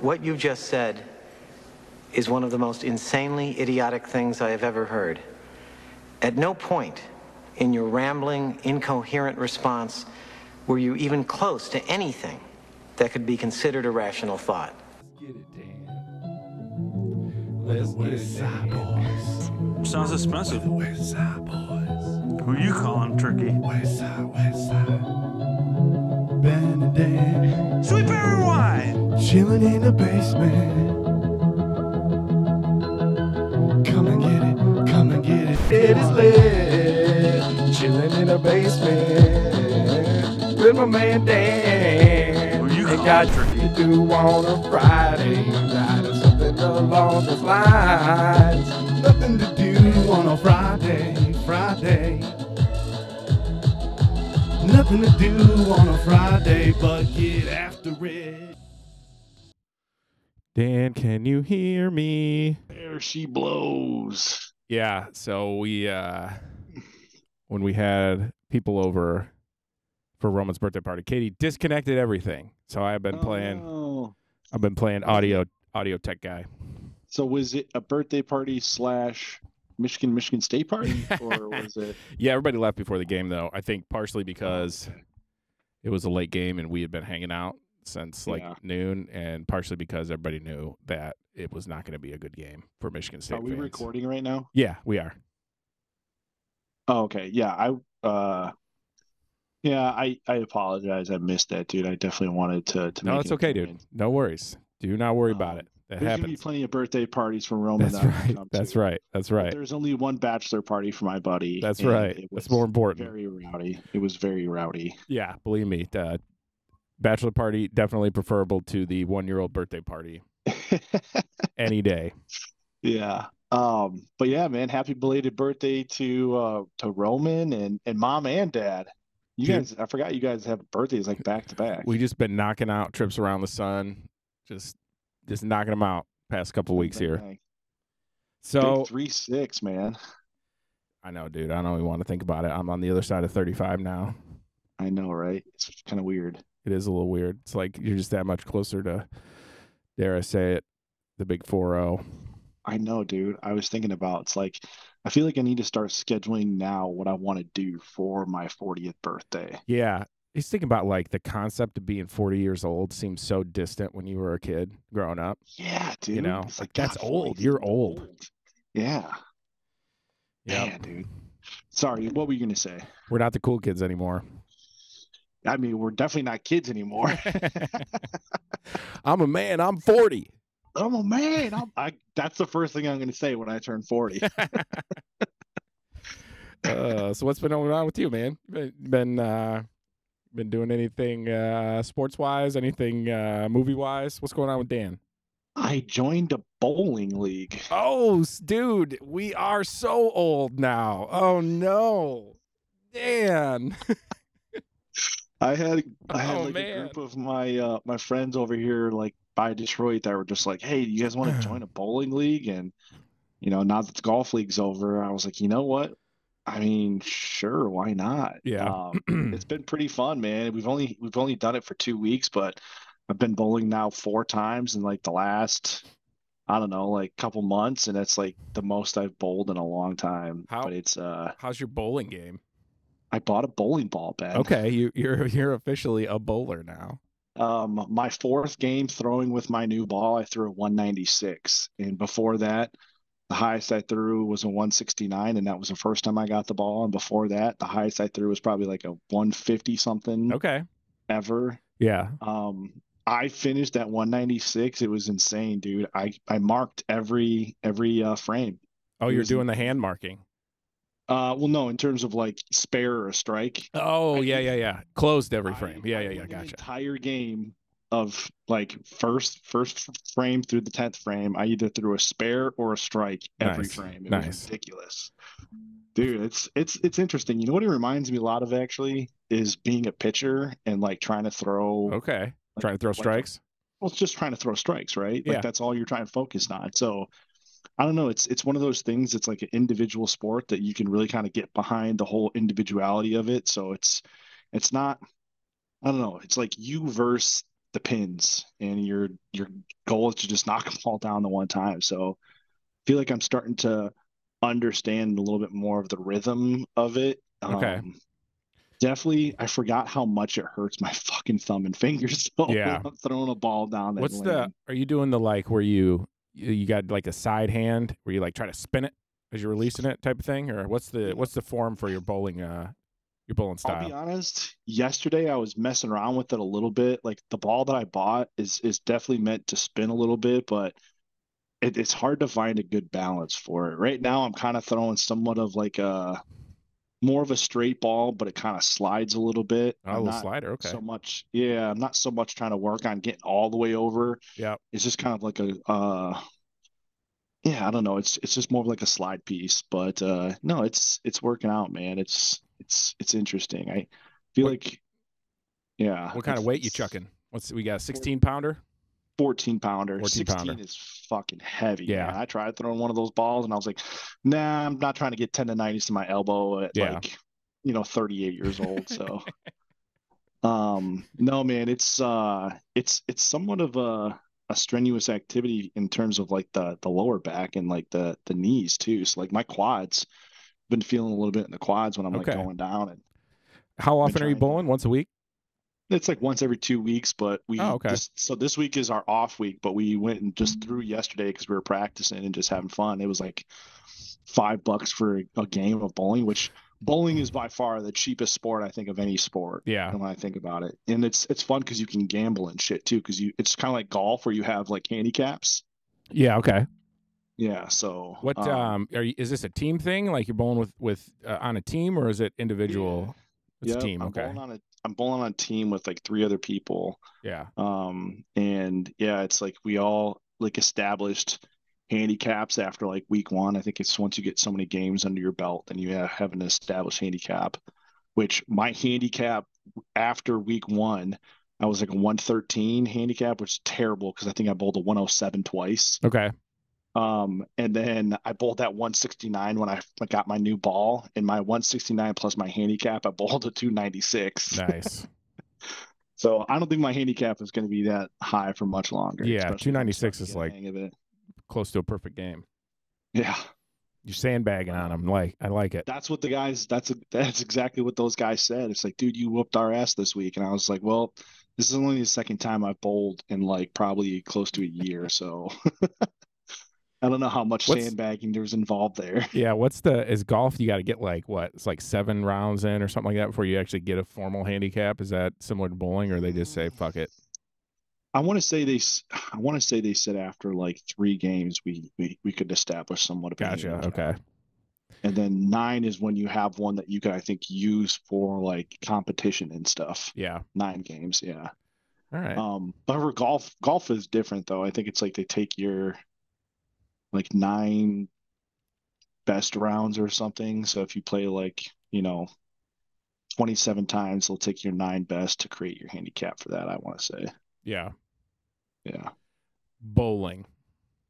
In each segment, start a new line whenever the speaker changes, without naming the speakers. what you just said is one of the most insanely idiotic things I have ever heard. At no point in your rambling, incoherent response were you even close to anything that could be considered a rational thought.
Get it, Dan. Let's get it, Dan.
boys.
Sounds expensive.
West Side boys.
Who you calling turkey?
West Side, West Side. Ben and Dan,
Sweet berry wine.
chilling in the basement. Come and get it, come and get it. It is lit. Chilling in the basement with my man Dan.
Well, you
They
call
got
it tricky.
to do on a Friday night or something along those lines. Nothing to do on a Friday, Friday. Nothing to do on a Friday but get after it.
Dan, can you hear me?
There she blows.
Yeah. So we, uh, when we had people over for Roman's birthday party, Katie disconnected everything. So I've been playing.
Oh.
I've been playing audio audio tech guy.
So was it a birthday party slash Michigan Michigan State party, or was it?
Yeah, everybody left before the game though. I think partially because it was a late game and we had been hanging out since like
Yeah.
noon, and partially because everybody knew that it was not going to be a good game for Michigan State
Are we
fans.
recording right now?
Yeah, we are.
Oh, okay. Yeah, I. uh Yeah, I. I apologize. I missed that, dude. I definitely wanted to. to
No,
make
it's
an
okay,
appearance.
dude. No worries. Do not worry about
Um,
it. That
There's gonna be
happens.
plenty of birthday parties for Roman.
That's
that I can
right.
come to.
That's right. That's
But
right.
There's only one bachelor party for my buddy.
That's
and
right.
it
That's
was
more important.
Very rowdy. It was very rowdy.
Yeah, believe me. Uh, bachelor party definitely preferable to the one-year-old birthday party any day.
Yeah. Um, but yeah, man, happy belated birthday to uh to Roman and and mom and dad. You
Dude.
guys, I forgot you guys have birthdays like back to back.
We just been knocking out trips around the sun, just just knocking them out past couple weeks here.
Dang.
So
Big three six, man.
I know, dude. I don't even want to think about it. I'm on the other side of 35 now.
I know, right? It's kind of weird.
It is a little weird. It's like you're just that much closer to, dare I say it, the big four oh. zero.
I know, dude. I was thinking about it's like I feel like I need to start scheduling now what I want to do for my 40th birthday.
Yeah. He's thinking about like the concept of being 40 years old seems so distant when you were a kid growing up.
Yeah, dude.
know,
it's like
that's
God,
old.
40's
You're old.
Yeah.
Yep.
Man, dude. Sorry, what were you gonna say?
We're not the cool kids anymore.
I mean, we're definitely not kids anymore.
I'm a man. I'm 40.
I'm a man. I'm, I, that's the first thing I'm going to say when I turn 40.
Uh, so what's been going on with you, man? You Been been, uh, been doing anything uh, sports wise? Anything uh, movie wise? What's going on with Dan?
I joined a bowling league.
Oh, s- dude, we are so old now. Oh no, Dan.
I had I had
Oh,
like a
man.
group of my uh, my friends over here like by Detroit that were just like, "Hey, you guys
Mm.
want to join a bowling league?" And you know, now that the golf league's over, I was like, "You know what? I mean, sure, why not?"
Yeah.
Um, it's been pretty fun, man. We've only we've only done it for two weeks, but I've been bowling now four times in like the last I don't know, like couple months, and that's like the most I've bowled in a long time.
How-
But it's uh
How's your bowling game?
I bought a bowling ball, Ben.
Okay, you, you're you're officially a bowler now.
Um my fourth game throwing with my new ball, I threw a 196. And before that, the highest I threw was a 169, and that was the first time I got the ball. And before that, the highest I threw was probably like a 150 something
Okay.
ever.
Yeah.
Um, I finished at 196. It was insane, dude. I I marked every every uh, frame.
Oh,
It
you're
was-
doing the hand marking.
Uh, well, no, in terms of like spare or strike.
Oh
I
yeah,
did-
yeah, yeah. Closed every
I-
frame. Yeah,
I
yeah, yeah.
went an
Gotcha.
Entire game of like first first f- frame through the tenth frame. I either threw a spare or a strike every
Nice,
frame. It
nice.
was ridiculous, dude. It's it's it's interesting. You know what it reminds me a lot of actually is being a pitcher and like trying to throw.
Okay.
Like-
Trying to throw
like a-
strikes.
well, it's just trying to throw strikes, right?
Yeah.
Like that's all you're trying to focus on. So I don't know. It's it's one of those things. It's like an individual sport that you can really kind of get behind the whole individuality of it. So it's it's not. I don't know. It's like you versus the pins, and your your goal is to just knock them all down the one time. So I feel like I'm starting to understand a little bit more of the rhythm of it. Um,
Okay.
definitely, I forgot how much it hurts my fucking thumb and fingers. though, when
Yeah.
I'm throwing a ball down. That
What's
lane.
the? Are you doing the like where you you you got like a side hand where you like try to spin it as you're releasing it type of thing, or what's the what's the form for your bowling uh your bowling
I'll be
style?
honest. Yesterday, I was messing around with it a little bit. Like the ball that I bought is is definitely meant to spin a little bit, but it, it's hard to find a good balance for it. Right now, I'm kind of throwing somewhat of like a more of a straight ball, but it kind of slides a little bit.
Oh, a
I'm
little
not
slider. Okay.
so much. Yeah, I'm not so much trying to work on getting all the way over.
Yep.
It's just kind of like a uh yeah, I don't know. It's it's just more of like a slide piece, but uh no, it's it's working out, man. It's it's it's interesting. I feel
What-
like yeah.
what kind of
it's-
weight you
uh, it's
chucking? What's we got? A 16 pounder.
14 pounder.
14
16
pounder.
is fucking heavy. man.
Yeah.
I tried throwing one of those balls and I was like, nah, I'm not trying to get 10 to 90s to my elbow at
Yeah.
like, you know, 38 years old. So, um, no, man, it's, uh, it's, it's somewhat of a, a strenuous activity in terms of like the, the lower back and like the, the knees too. So like my quads, been feeling a little bit in the quads when I'm
Okay.
like going down and
How often are you
trying to-
bowling? Once a week.
it's like once every two weeks, but we
Oh, okay.
this, so this week is our off week, but we went and just threw yesterday because we were practicing and just having fun. It was like five bucks for a game of bowling, which bowling is by far the cheapest sport I think of any sport.
Yeah.
When I think about it, and it's it's fun because you can gamble and shit too, because you it's kind of like golf where you have like handicaps.
Yeah. Okay.
Yeah. So
What um, are you, is this a team thing? Like you're bowling with with uh, on a team, or is it individual? It's
yeah,
a team.
I'm
okay.
bowling on a I'm bowling on a team with like three other people.
yeah.
um and yeah it's like we all like established handicaps after like week one i think it's once you get so many games under your belt then you have, have an established handicap which my handicap after week one i was like a 113 handicap which is terrible because i think i bowled a 107 twice
Okay.
um and then i bowled that 169 when i got my new ball and my 169 plus my handicap i bowled a 296
Nice.
so I don't think my handicap is going to be that high for much longer.
Yeah,
especially when I start
296
to
is
get a
like-
hang of it.
Close to a perfect game.
Yeah,
You're sandbagging on them. Like I like it.
that's what the guys. That's that's exactly what those guys said. It's like, dude, you whooped our ass this week, and I was like, well, this is only the second time I've bowled in like probably close to a year. So I don't know how much
What's-
sandbagging there was involved there.
Yeah. What's the is golf? You got to get like what? It's like seven rounds in or something like that before you actually get a formal handicap. Is that similar to bowling, or they just say fuck it?
I want to say they. s- I want to say they said after like three games, we we we could establish somewhat of a
Gotcha.
handicap.
Okay.
And then nine is when you have one that you can, I think, use for like competition and stuff.
Yeah.
Nine games, yeah.
All right.
Um, but for golf, golf is different though. I think it's like they take your like nine best rounds or something. So if you play like, you know, 27 times, they'll take your nine best to create your handicap for that, I want to say.
yeah.
Yeah.
Bowling.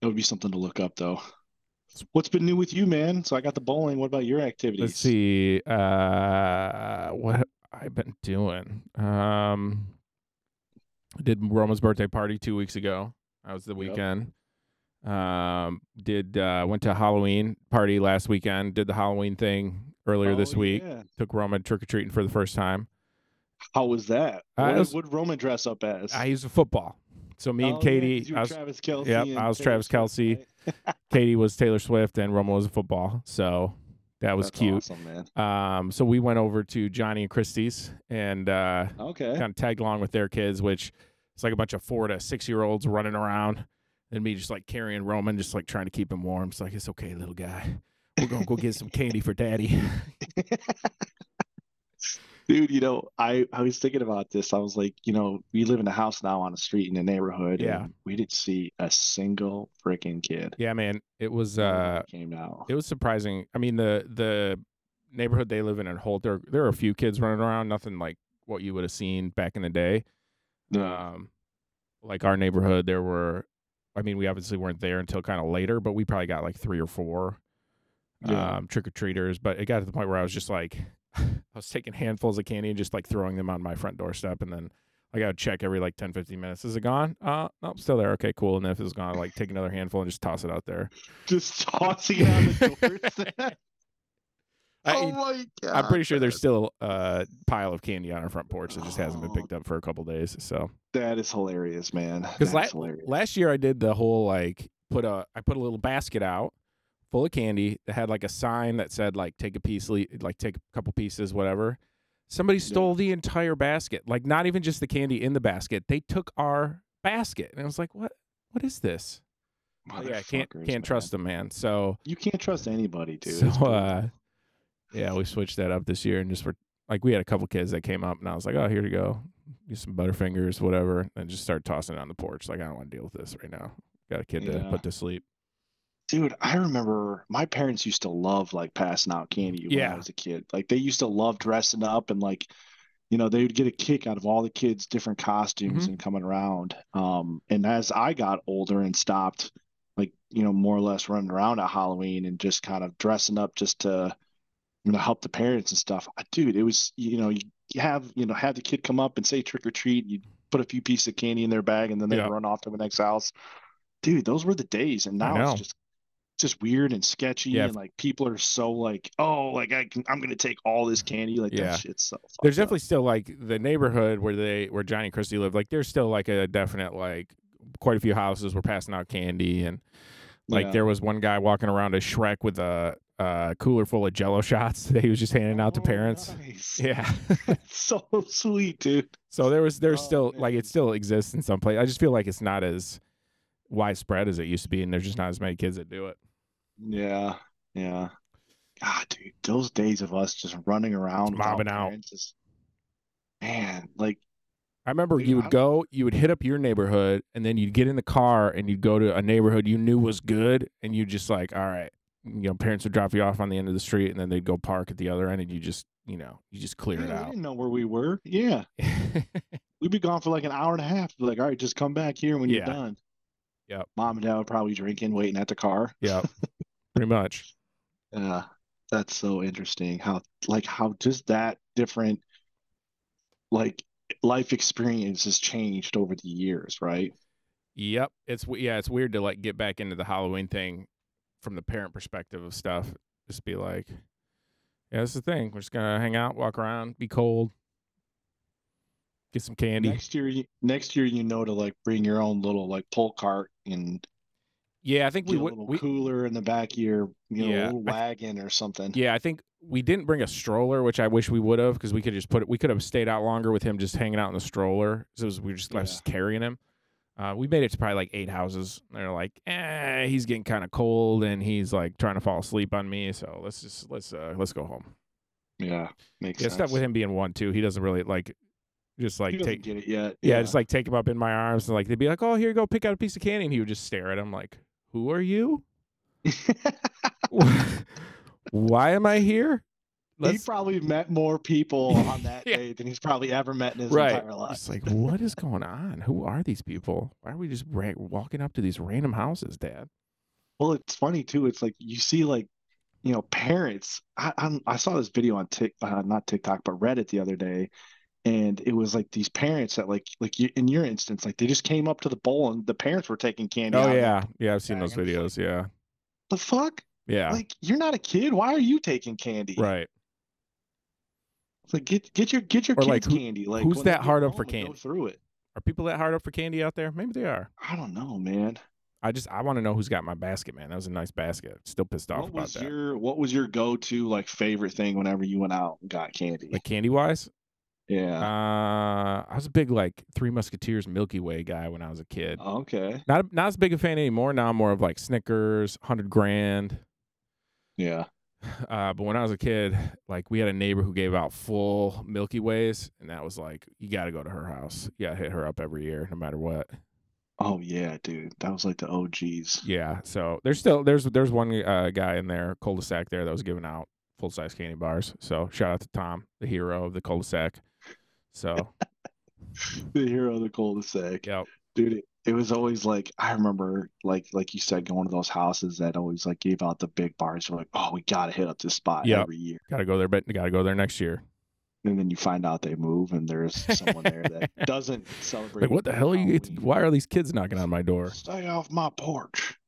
It would be something to look up though. What's been new with you, man? So I got the bowling. What about your activities?
Let's see. Uh, what have I been doing? Um, I did Roma's birthday party two weeks ago. That was the
Yep.
weekend. Um, did uh, went to a Halloween party last weekend. Did the Halloween thing earlier
Oh,
this week.
yeah.
Took Roma trick or treating for the first time.
How was that?
Uh,
What
it was-
would Roman dress up as?
I used a football. So me and
Oh, yeah, 'cause
Katie,
you were
I was,
Travis Kelsey.
yep,
and
I was
Taylor
Travis
Swift,
Kelsey.
right?
Katie was Taylor Swift, and Roma was a football. So that was
That's
cute.
awesome, man.
Um, so we went over to Johnny and Christie's and uh,
Okay.
kind of tagged along with their kids, which it's like a bunch of four to six year olds running around, and me just like carrying Roman, just like trying to keep him warm. It's like it's okay, little guy. We're gonna go get some candy for daddy.
Dude, you know, I, I was thinking about this. I was like, you know, we live in a house now on a street in a neighborhood.
Yeah.
and we didn't see a single freaking kid
yeah, man, it was
when
uh,
we came out.
it was surprising. I mean, the the neighborhood they live in in Holt, there there are a few kids running around, nothing like what you would have seen back in the day.
Yeah.
um like our neighborhood there were i mean we obviously weren't there until kind of later but we probably got like three or four
Yeah.
um trick-or-treaters but it got to the point where i was just like i was taking handfuls of candy and just like throwing them on my front doorstep and then Like I would check every like 10, 15 minutes. Is it gone? Uh, nope, still there. Okay, cool. And if it's gone, I'd, like take another handful and just toss it out there.
Just tossing it on the doorstep.
I-
oh my god! Oh.
I'm pretty sure there's still a uh, pile of candy on our front porch that just hasn't been picked up for a couple days. So
that is hilarious, man.
because
That's
la-
hilarious.
last year I did the whole like put a I put a little basket out full of candy that had like a sign that said like take a piece le- like take a couple pieces whatever. Somebody stole the entire basket, like not even just the candy in the basket. They took our basket, and I was like, what What is this? Oh, yeah, I can't
Motherfuckers,
can't trust them, man. So
man. You can't trust anybody, dude.
so
It's brutal.
uh, yeah, we switched that up this year and just were like we had a couple kids that came up and I was like, oh, here to go, get some butterfingers, whatever, and just started tossing it on the porch. Like I don't want to deal with this right now. Got a kid to
Yeah.
put to sleep.
Dude, I remember my parents used to love like passing out candy when
Yeah.
I was a kid. Like they used to love dressing up and like, you know, they would get a kick out of all the kids' different costumes
Mhm.
and coming around. Um, and as I got older and stopped, like, you know, more or less running around at Halloween and just kind of dressing up just to, you know, help the parents and stuff. I- Dude, it was, you know, you you have, you know, have the kid come up and say trick or treat. You put a few pieces of candy in their bag and then they
Yeah.
run off to the next house. Dude, those were the days. And
I
now
know.
it's just just weird and sketchy
Yeah.
and like people are so like oh like i can i'm gonna take all this candy like
Mm-hmm. Yeah.
that shit's so fucked
There's
up.
definitely still like the neighborhood where they where Johnny and Christy live. Like there's still like a definite like quite a few houses were passing out candy and like
Yeah.
there was one guy walking around a Shrek with a, a cooler full of Jello shots that he was just handing out to
Oh,
parents.
nice.
Yeah.
so sweet dude
So there was there's
Oh,
still like
man.
it still exists in some place. I just feel like it's not as widespread as it used to be, and there's just not as many kids that do it.
yeah yeah god dude those days of us just running around with our
mobbing out.
parents is- man like
I remember
Dude,
you
I
would go, you would hit up your neighborhood, and then you'd get in the car and you'd go to a neighborhood you knew was good, and you just like, all right, you know, parents would drop you off on the end of the street, and then they'd go park at the other end, and you just, you know, you just clear
man,
it
we
out.
didn't know where we were yeah we'd be gone for like an hour and a half Be like all right just come back here when
Yeah.
you're done
Yep.
mom and dad were probably drinking waiting at the car
yeah, pretty much.
Yeah, that's so interesting how like how just that different like life experience has changed over the years, right?
Yep, it's w- yeah, it's weird to like get back into the Halloween thing from the parent perspective of stuff. Just be like, yeah, that's the thing. We're just gonna hang out, walk around, be cold, get some candy.
Next year, you, next year you know to like bring your own little like pull cart and
yeah, I think we
get a
would.
little
We,
cooler in the back of your, you know,
Yeah,
little
I-
wagon or something.
yeah, I think we didn't bring a stroller, which I wish we would have, because we could just put it. We could have stayed out longer with him just hanging out in the stroller. So it was- we were just left
Yeah.
just carrying him. Uh, we made it to probably like eight houses. And they're like, eh, he's getting kind of cold, and he's like trying to fall asleep on me. So let's just let's uh, let's go home.
Yeah, makes
Yeah, stuff
sense.
with him being one too. He doesn't really like just
He
like
doesn't
take
get it yet.
yeah, just like take him up in my arms and like they'd be like, "Oh, here you go, pick out a piece of candy," and he would just stare at him like, "Who are you? Why am I here?"
he
Let's
probably met more people on that
Yeah.
day than he's probably ever met in his
right.
entire life.
It's like, what is going on? Who are these people? Why are we just ra- walking up to these random houses, Dad?
Well, it's funny too. It's like you see, like you know, parents. I I'm, I saw this video on Tik, uh, not TikTok, but Reddit the other day, and it was like these parents that like like you, in your instance, like they just came up to the bowl and the parents were taking candy. out
Oh
of it.
yeah, yeah, I've seen
bag
those
and
videos.
it's
Yeah,
the fuck?
yeah,
Like you're not a kid. Why are you taking candy?
right.
It's like get get your get your
Or,
kids
like, who-
candy. Like
who's
when they
that
get
hard up for
home and go
candy?
through it.
Are people that hard up for candy out there? Maybe they are.
I don't know, man.
I just I want to know who's got my basket, man. That was a nice basket. Still pissed off
What
about
was
that.
your what was your go-to like favorite thing whenever you went out and got candy?
Like candy wise,
yeah.
Uh, I was a big like Three Musketeers Milky Way guy when I was a kid.
Oh. Okay.
Not not as big a fan anymore. Now I'm more of like Snickers, hundred grand.
Yeah.
Uh, but when I was a kid, like we had a neighbor who gave out full Milky Ways, and that was like you got to go to her house. You got to hit her up every year, no matter what.
Oh yeah, dude. That was like the OGs.
Yeah. So there's still there's there's one uh, guy in there cul-de-sac there that was giving out full size candy bars. So shout out to Tom, the hero of the cul-de-sac. So
The hero of the cul-de-sac.
yeah,
Dude, it, it was always like I remember like like you said, going to those houses that always like gave out the big bars. We're like, oh, we gotta hit up this spot
Yep.
every year.
gotta go there, but gotta go there next year.
and then you find out they move, and there's someone there that doesn't celebrate.
Like, what the hell are you?
Halloween.
Why are these kids knocking on my door?
Stay off my porch.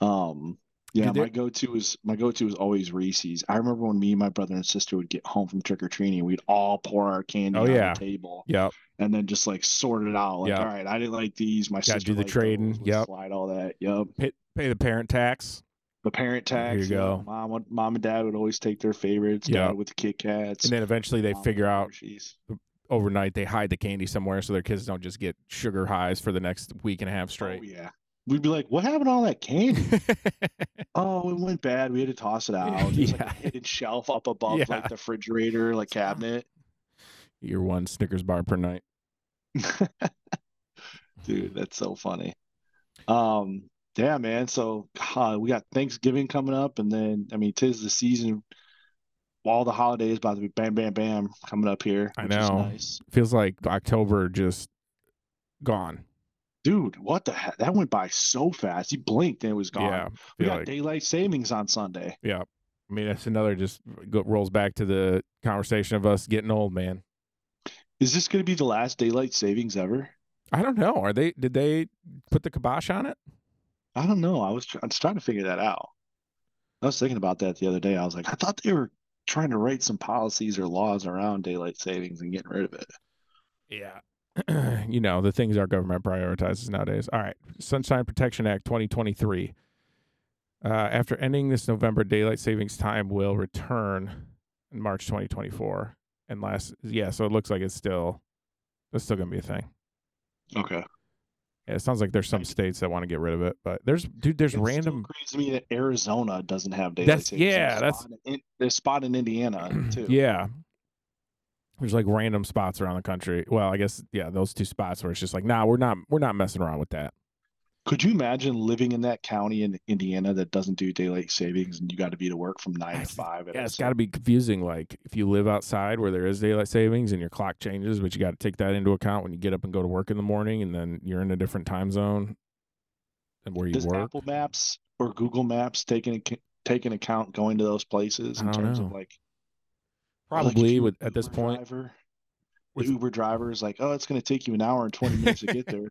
Um. Yeah,
Dude, there-
my go-to is my go-to is always Reese's. I remember when me, my brother, and sister would get home from trick or treating, we'd all pour our candy
Oh,
on
yeah.
the table
Yep.
and then just like sort it out. Like,
Yeah.
all right, I didn't like these. My
Gotta
sister
do the
liked
trading.
those. Let's
Yep.
slide all that. Yep.
Pay, pay the parent tax.
The parent
There
tax.
you
yeah.
go.
Mom, would- mom and dad would always take their favorites.
Yep.
Dad with the Kit Kats.
And then eventually they
mom
figure
with the
out
Hershey's.
overnight they hide the candy somewhere so their kids don't just get sugar highs for the next week and a half
Oh
straight.
yeah. We'd be like, what happened to all that candy? oh, it went bad. We had to toss it out. There's like
Yeah.
a hidden shelf up above
Yeah. uh,
like the refrigerator, like cabinet.
Your one Snickers bar per night.
Dude, that's so funny. Um, yeah, man. So God, we got Thanksgiving coming up, and then I mean, tis the season. All the holidays about to be bam, bam, bam coming up here,
I
which is
know.
nice.
Feels like October just gone.
Dude, what the heck? That went by so fast. You blinked and it was gone.
Yeah.
we
feel
got
like-
daylight savings on Sunday.
yeah. I mean, that's another just go, rolls back to the conversation of us getting old, man.
Is this going to be the last daylight savings ever?
I don't know. Are they? Did they put the kibosh on it?
I don't know. I was tr- I was trying to figure that out. I was thinking about that the other day. I was like, I thought they were trying to write some policies or laws around daylight savings and getting rid of it.
Yeah. you know, the things our government prioritizes nowadays. All right. Sunshine Protection Act 2023. Uh, after ending this November, daylight savings time will return in March 2024. And last, yeah, so it looks like it's still, it's still going to be a thing.
Okay.
Yeah, it sounds like there's some
Like-
states that want to get rid of it, but there's, dude, there's
It's
random.
Still crazy to me that Arizona doesn't have daylight
That's-
savings. There's
yeah,
a
that's-
spot in- there's a spot in Indiana too.
Yeah. There's like random spots around the country. Well, I guess, yeah, those two spots where it's just like, nah, we're not, we're not messing around with that.
Could you imagine living in that county in Indiana that doesn't do daylight savings and you got to be to work from nine to
That's-
five? and
Yeah, it's
it's
got to be confusing. Like if you live outside where there is daylight savings and your clock changes, but you got to take that into account when you get up and go to work in the morning, and then you're in a different time zone than where you
Does
work.
Apple Maps or Google Maps take an ac- take an account going to those places
I
in
don't
terms of
know.
like like, if
Probably
you're
with
an
at this
Uber
point.
driver, the
with-
Uber driver is like, oh, it's going to take you an hour and twenty minutes to get there.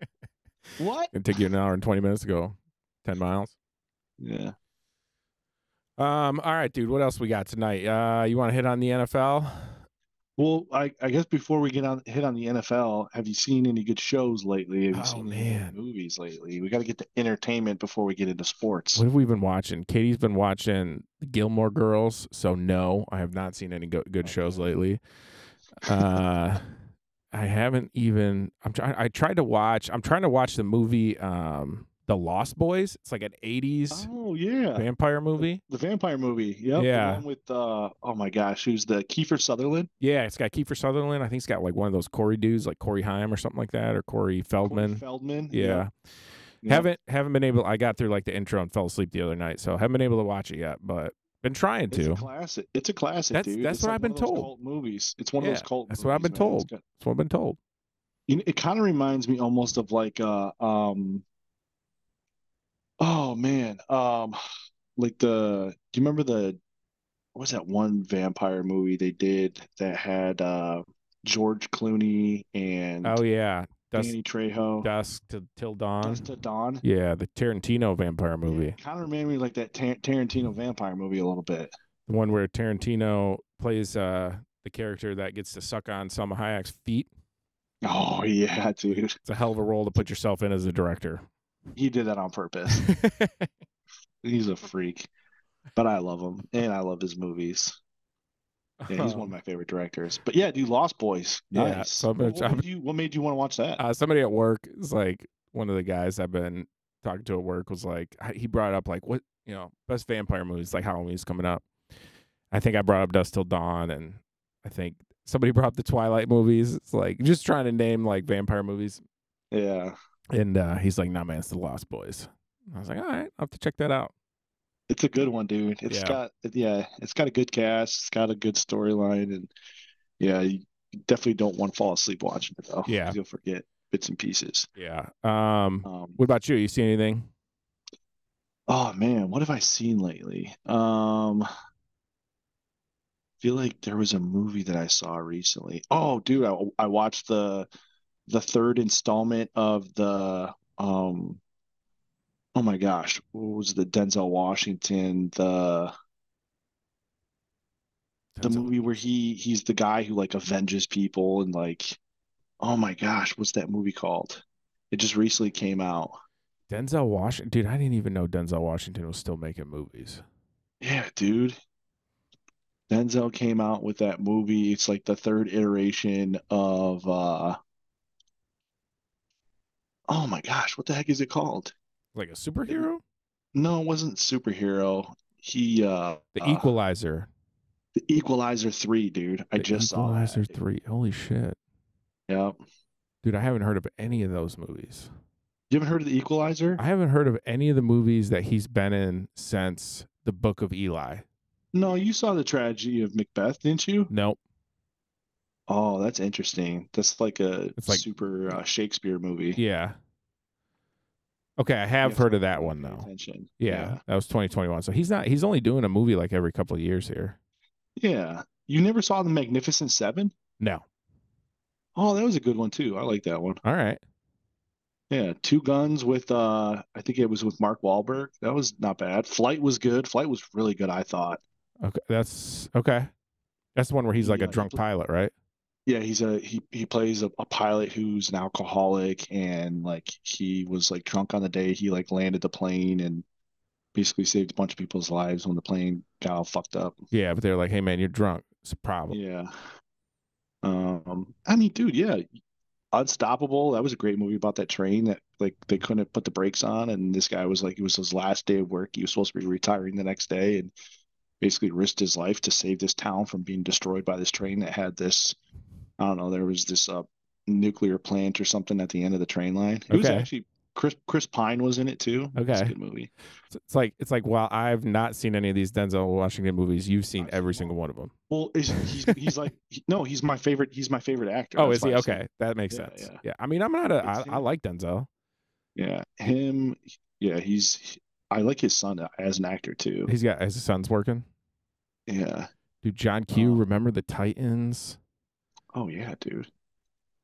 What?
It take you an hour and twenty minutes to go ten miles.
Yeah.
Um. All right, dude. What else we got tonight? Uh, you want to hit on the NFL?
Well, I, I guess before we get on hit on the NFL, have you seen any good shows lately? Have you
Oh,
seen any good
man.
movies lately? We got to get to entertainment before we get into sports.
What have we been watching? Katie's been watching Gilmore Girls, so no, I have not seen any go- good shows
Okay.
lately. Uh, I haven't even. I'm trying. I tried to watch. I'm trying to watch the movie, um, The Lost Boys. It's like an '80s
Oh yeah,
vampire movie.
the vampire movie. Yep. the
Yeah.
one with uh, oh my gosh, who's the Kiefer Sutherland?
Yeah, it's got Kiefer Sutherland. I think it's got like one of those Corey dudes, like Corey Heim or something like that, or Corey
Corey
Feldman.
Feldman.
yeah.
Yep. Yep.
Haven't haven't been able. I got through like the intro and fell asleep the other night, so haven't been able to watch it yet. But been trying
It's a
to.
classic. It's a classic,
That's-
dude.
that's
It's
what
like
I've
one
been
of those
told.
Cult movies. It's one of those
Yeah,
cult.
that's what I've
movies,
been
man. It's
told.
got-
That's what I've been told.
you know, it kind of reminds me almost of like uh um oh man um like the do you remember the what was that one vampire movie they did that had uh George Clooney and
Oh yeah, Dusk,
Danny Trejo
dusk to, till dawn.
Dusk to Dawn
Yeah, the Tarantino vampire movie.
kind of reminded me like that Tar Tarantino vampire movie a little bit
the one where Tarantino plays uh, the character that gets to suck on Selma Hayek's feet.
oh yeah dude
It's a hell of a role to put yourself in as a director.
he did that on purpose he's a freak but I love him and I love his movies Yeah, he's one of my favorite directors. But yeah, dude, Lost Boys.
Um, Yeah,
Nice.
so I'm
Well,
gonna-
what,
I'm-
made you, what made you want to watch that?
uh, somebody at work is like one of the guys I've been talking to at work was like I- he brought up like what you know best vampire movies like Halloween's coming up. I think I brought up Dust Till Dawn and I think somebody brought up the Twilight movies. It's like just trying to name like vampire movies.
yeah.
And uh, he's like, "Nah, man, it's the Lost Boys." I was like, "All right, I'll have to check that out."
It's a good one, dude. It's
Yeah.
got yeah, it's got a good cast, it's got a good storyline, and yeah, you definitely don't want to fall asleep watching it though. 'cause
Yeah.
You'll forget bits and pieces.
Yeah. Um,
Um
what about you? You see anything?
oh man, what have I seen lately? Um feel like there was a movie that I saw recently. Oh, dude, I, I watched the the third installment of the um oh my gosh, what was the Denzel Washington the the
Denzel-
movie where he he's the guy who like avenges people and like oh my gosh, what's that movie called? It just recently came out.
Denzel Washington, dude, I didn't even know Denzel Washington was still making movies.
Yeah, dude. Denzel came out with that movie. It's like the third iteration of uh Oh my gosh, what the heck is it called?
Like a superhero,
No, it wasn't superhero. He uh
The
uh,
Equalizer.
The Equalizer 3, dude. I
The
just saw that.
Equalizer three. Holy shit,
Yep.
dude! I haven't heard of any of those movies.
You haven't heard of The Equalizer?
I haven't heard of any of the movies that he's been in since the Book of Eli.
No, you saw the tragedy of Macbeth, didn't you?
Nope.
Oh, that's interesting. That's like a
It's like-
super uh, Shakespeare movie. You
Yeah. Okay, I
have
have
to
heard of
pay
that one though.
Attention.
Yeah, that was 2021. So he's not. He's only doing a movie like every couple of years here.
Yeah. Yeah. You never saw The Magnificent Seven?
No.
Oh, that was a good one too. I like that one.
All right.
Yeah, Two Guns with uh I think it was with Mark Wahlberg. That was not bad. Flight was good. Flight was really good, I thought.
Okay. That's okay. That's the one where he's like
Yeah,
a drunk
impl-
pilot, right?
Yeah, he's a he he plays a, a pilot who's an alcoholic and like he was like drunk on the day he like landed the plane and basically saved a bunch of people's lives when the plane got all fucked up.
Yeah, but they're like, "Hey, man, you're drunk. It's a problem."
Yeah. Um, I mean, dude, yeah. Unstoppable. That was a great movie about that train that like they couldn't put the brakes on, and this guy was like it was his last day of work. He was supposed to be retiring the next day and basically risked his life to save this town from being destroyed by this train that had this, I don't know, there was this uh nuclear plant or something at the end of the train line. It was
Okay.
actually Chris Chris Pine was in it too. It's a
Okay.
good movie.
It's, it's like it's like while I've not seen any of these Denzel Washington movies, you've seen
I've seen
every
all
single
of
one of them.
Well, he's he's, he's like he- no, he's my favorite. He's my favorite actor.
Oh,
That's
is
why
he
I've seen
okay? That makes
Yeah,
sense.
yeah.
Yeah. I mean, I'm not a.
You've
I,
seen
I
it?
like Denzel.
Yeah, him. he- Yeah, he's. he- I like his son as an actor too.
He's got his son's working.
Yeah.
Dude, John Q.
Oh.
Remember the Titans?
Oh yeah, dude.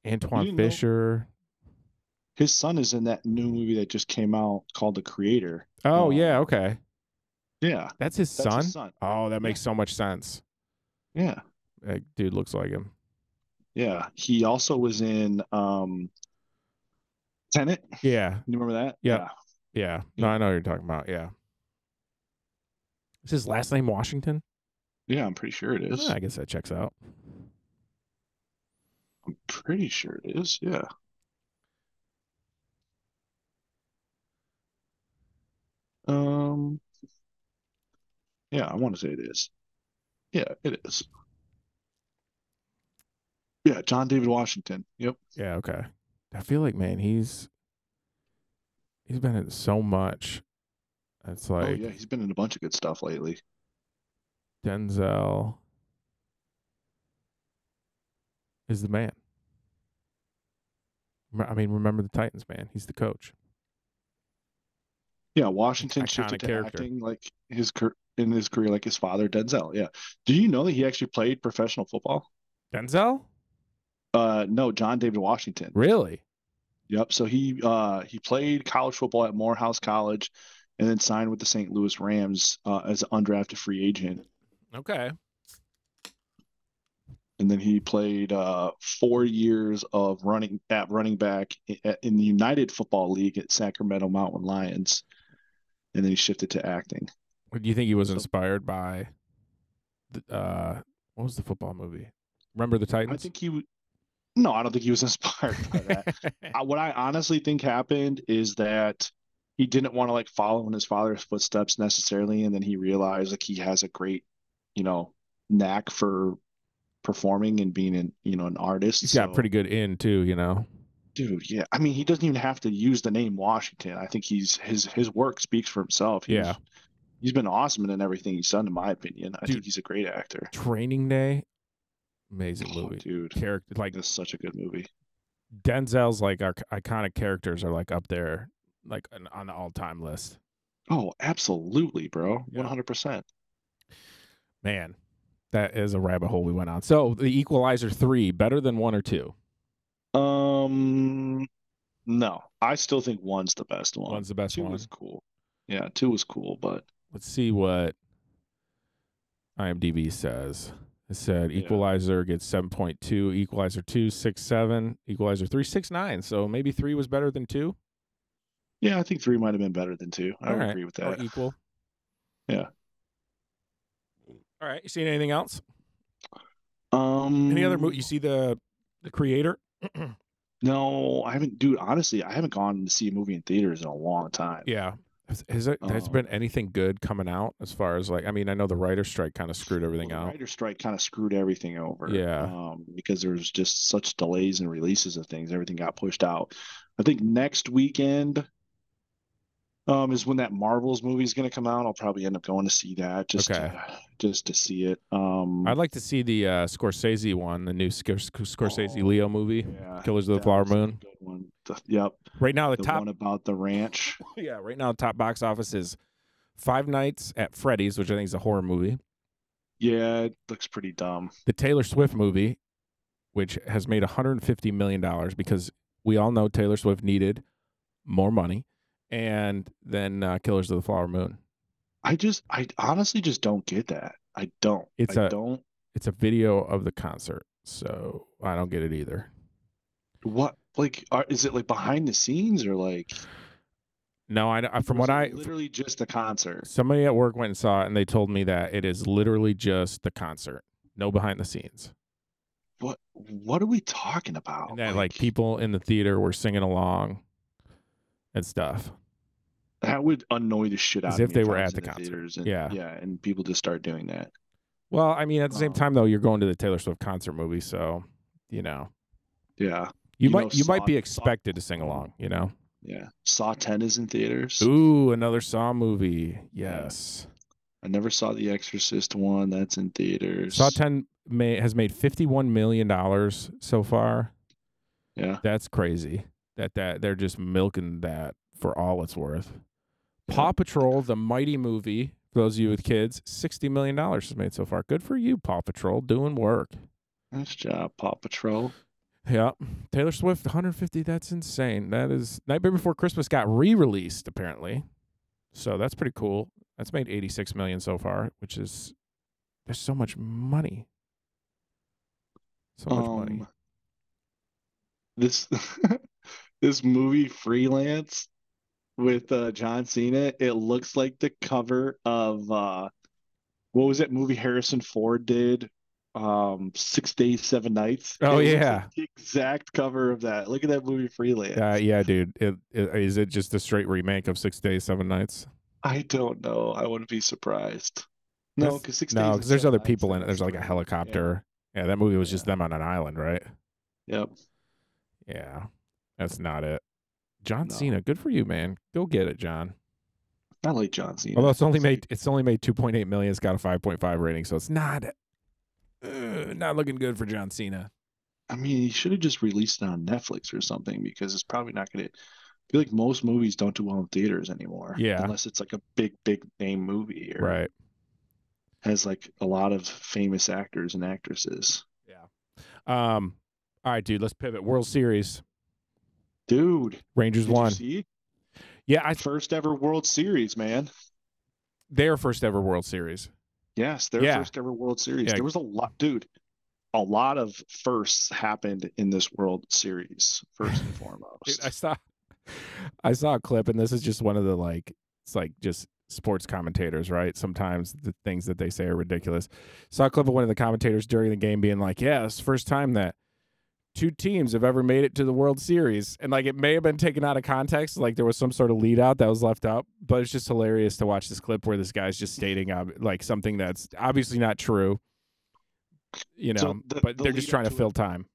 Antoine
didn't know-
Fisher.
His son is in that new movie that just came out called The Creator.
Oh
Uh,
yeah, okay.
Yeah,
That's his
that's
son.
his son.
Oh, that makes so much sense.
Yeah,
That dude looks like him.
yeah. He also was in um Tenet.
Yeah,
You remember that?
Yeah. yeah.
Yeah.
No, I know what you're talking about. Yeah. Is his last name Washington?
Yeah, I'm pretty sure it is.
Yeah, I guess that checks out.
I'm pretty sure it is. Yeah. Um, yeah, I want to say it is. Yeah, it is. Yeah, John David Washington. Yep.
Yeah, okay. I feel like man, he's he's been in so much. It's
Oh,
like
yeah, he's been in a bunch of good stuff lately.
Denzel is the man. Rem- I mean, remember the Titans, man. He's the coach.
Yeah, Washington
Iconic
shifted to
character.
acting like his car in his career like his father, Denzel. Yeah. Do you know that he actually played professional football?
Denzel?
Uh, no, John David Washington.
Really?
Yep. So he uh he played college football at Morehouse College and then signed with the St. Louis Rams uh, as an undrafted free agent.
Okay.
And then he played uh four years of running at running back i- at- in the United Football League at Sacramento Mountain Lions. And then he shifted to acting.
Do you think he was
So-
inspired by the, uh what was the football movie? Remember the Titans?
I think he w- no, I don't think he was inspired by that. I, what I honestly think happened is that he didn't want to like follow in his father's footsteps necessarily, and then he realized like he has a great, you know, knack for performing and being an you know an artist.
He's got
So,
pretty good in too, you know.
dude. Yeah, I mean, he doesn't even have to use the name Washington. I think he's his his work speaks for himself. He's,
Yeah.
he's been awesome in everything he's done, in my opinion. I
Dude.
think he's a great actor.
Training Day, amazing
Oh,
movie.
dude,
Character like
this is such a good movie.
Denzel's like our iconic characters are like up there, like on- on the all time list.
Oh, absolutely, bro,
Yeah.
one hundred percent.
Man, that is a rabbit hole we went on. So the Equalizer three, better than one or two.
Um, no, I still think one's the best one.
One's the best
two
one.
was cool. Yeah, two was cool, but
Let's see what IMDb says. It said
Yeah.
Equalizer gets seven point two, Equalizer two six seven, Equalizer three six nine. So maybe three was better than two.
yeah, I think three might have been better than two. I
All
would
right.
agree with
Or
that.
equal.
Yeah.
All right. You seen anything else?
Um,
Any other movie? You see the the creator?
No, I haven't, dude. Honestly, I haven't gone to see a movie in theaters in a long time.
Yeah. Has, has there has
Um,
been anything good coming out as far as like? I mean, I know the writer strike kind of screwed everything
Well, the
out.
Writer strike kind of screwed everything over.
Yeah.
Um, because there was just such delays and releases of things. Everything got pushed out. I think next weekend um is when that Marvels movie is going to come out. I'll probably end up going to see that just
Okay.
to, just to see it. Um,
I'd like to see the uh, Scorsese one, the new Scor- Scorsese
Oh,
Leo movie,
yeah,
Killers of the
that
Flower
was a
Moon.
good one. The- yep.
Right now, the,
The
top
one about the ranch.
yeah, right now the top box office is Five Nights at Freddy's, which I think is a horror movie.
Yeah, it looks pretty dumb.
The Taylor Swift movie, which has made 150 million dollars because we all know Taylor Swift needed more money, and then uh, Killers of the Flower Moon.
I just, I honestly just don't get that. I don't.
It's
I
a-
don't.
It's a video of the concert, so I don't get it either.
What like are, is it like behind the scenes or like
No, I I- from what
was it
I
literally just the concert?
Somebody at work went and saw it, and they told me that it is literally just the concert, no behind the scenes.
What what are we talking about?
And that like people in the theater were singing along and stuff.
that would annoy the shit out
As if
of me
they
I
were
was
at
in
the concert.
theaters and,
Yeah.
yeah, and people just start doing that.
Well, I mean, at the same
Wow.
time though, you're going to the Taylor Swift concert movie, so you know
Yeah,
you,
You
might
know,
you might
Saw-
be
Saw-
expected to sing along. You know,
yeah. Saw Ten is in theaters.
ooh, another Saw movie. Yes,
I never saw The Exorcist one. That's in theaters.
Saw Ten may, has made fifty one million dollars so far.
Yeah.
That's crazy. That that they're just milking that for all it's worth. Paw Patrol, the mighty movie, for those of you with kids, sixty million dollars has made so far. Good for you, Paw Patrol, doing work.
Nice job, Paw Patrol.
Yeah. Taylor Swift, 150. That's insane. That is Nightmare Before Christmas got re-released, apparently. So that's pretty cool. That's made 86 million so far, which is there's so much money. So much money.
Um, This this movie Freelance with uh, John Cena, it looks like the cover of uh, what was that movie Harrison Ford did? Um, Six Days, Seven Nights.
Oh,
It looks
yeah.
like the exact cover of that. Look at that movie Freelance.
Uh, yeah, dude. It, it, is it just a straight remake of Six Days, Seven Nights?
I don't know. I wouldn't be surprised. No,
That's-
because Six Days
No,
and
because there's
Seven
other
Nights,
people in it.
that's
There's like a
three.
helicopter. Yeah, that movie was just
Yeah.
them on an island, right?
Yep.
Yeah, that's not it. John
No.
Cena, good for you, man. Go get it, John.
I like John Cena.
Although it's only
He's like-
made it's only made 2.8 million. It's got a 5.5 rating, so it's not uh, not looking good for John Cena.
I mean, he should have just released it on Netflix or something because it's probably not going to. I feel like most movies don't do well in theaters anymore.
Yeah.
Unless it's like a big, big name movie or
Right.
has like a lot of famous actors and actresses.
Um. All right, dude. Let's pivot. World Series.
Dude,
Rangers
did you
won.
see?
Yeah, I,
First ever World Series, man.
their first ever World Series.
Yes, their
Yeah.
first ever World Series.
Yeah.
There was a lot, dude. A lot of firsts happened in this World Series, first and
Dude, I
foremost.
saw I saw a clip and this is just one of the like it's like just sports commentators, right? Sometimes the things that they say are ridiculous. Saw a clip of one of the commentators during the game being like, Yeah, it's the first time that two teams have ever made it to the World Series. And like it may have been taken out of context, like there was some sort of lead out that was left out, but it's just hilarious to watch this clip where this guy's just stating ob- like something that's obviously not true. You know,
So the-
but
the
they're just
lead up
trying to
to it-
fill time.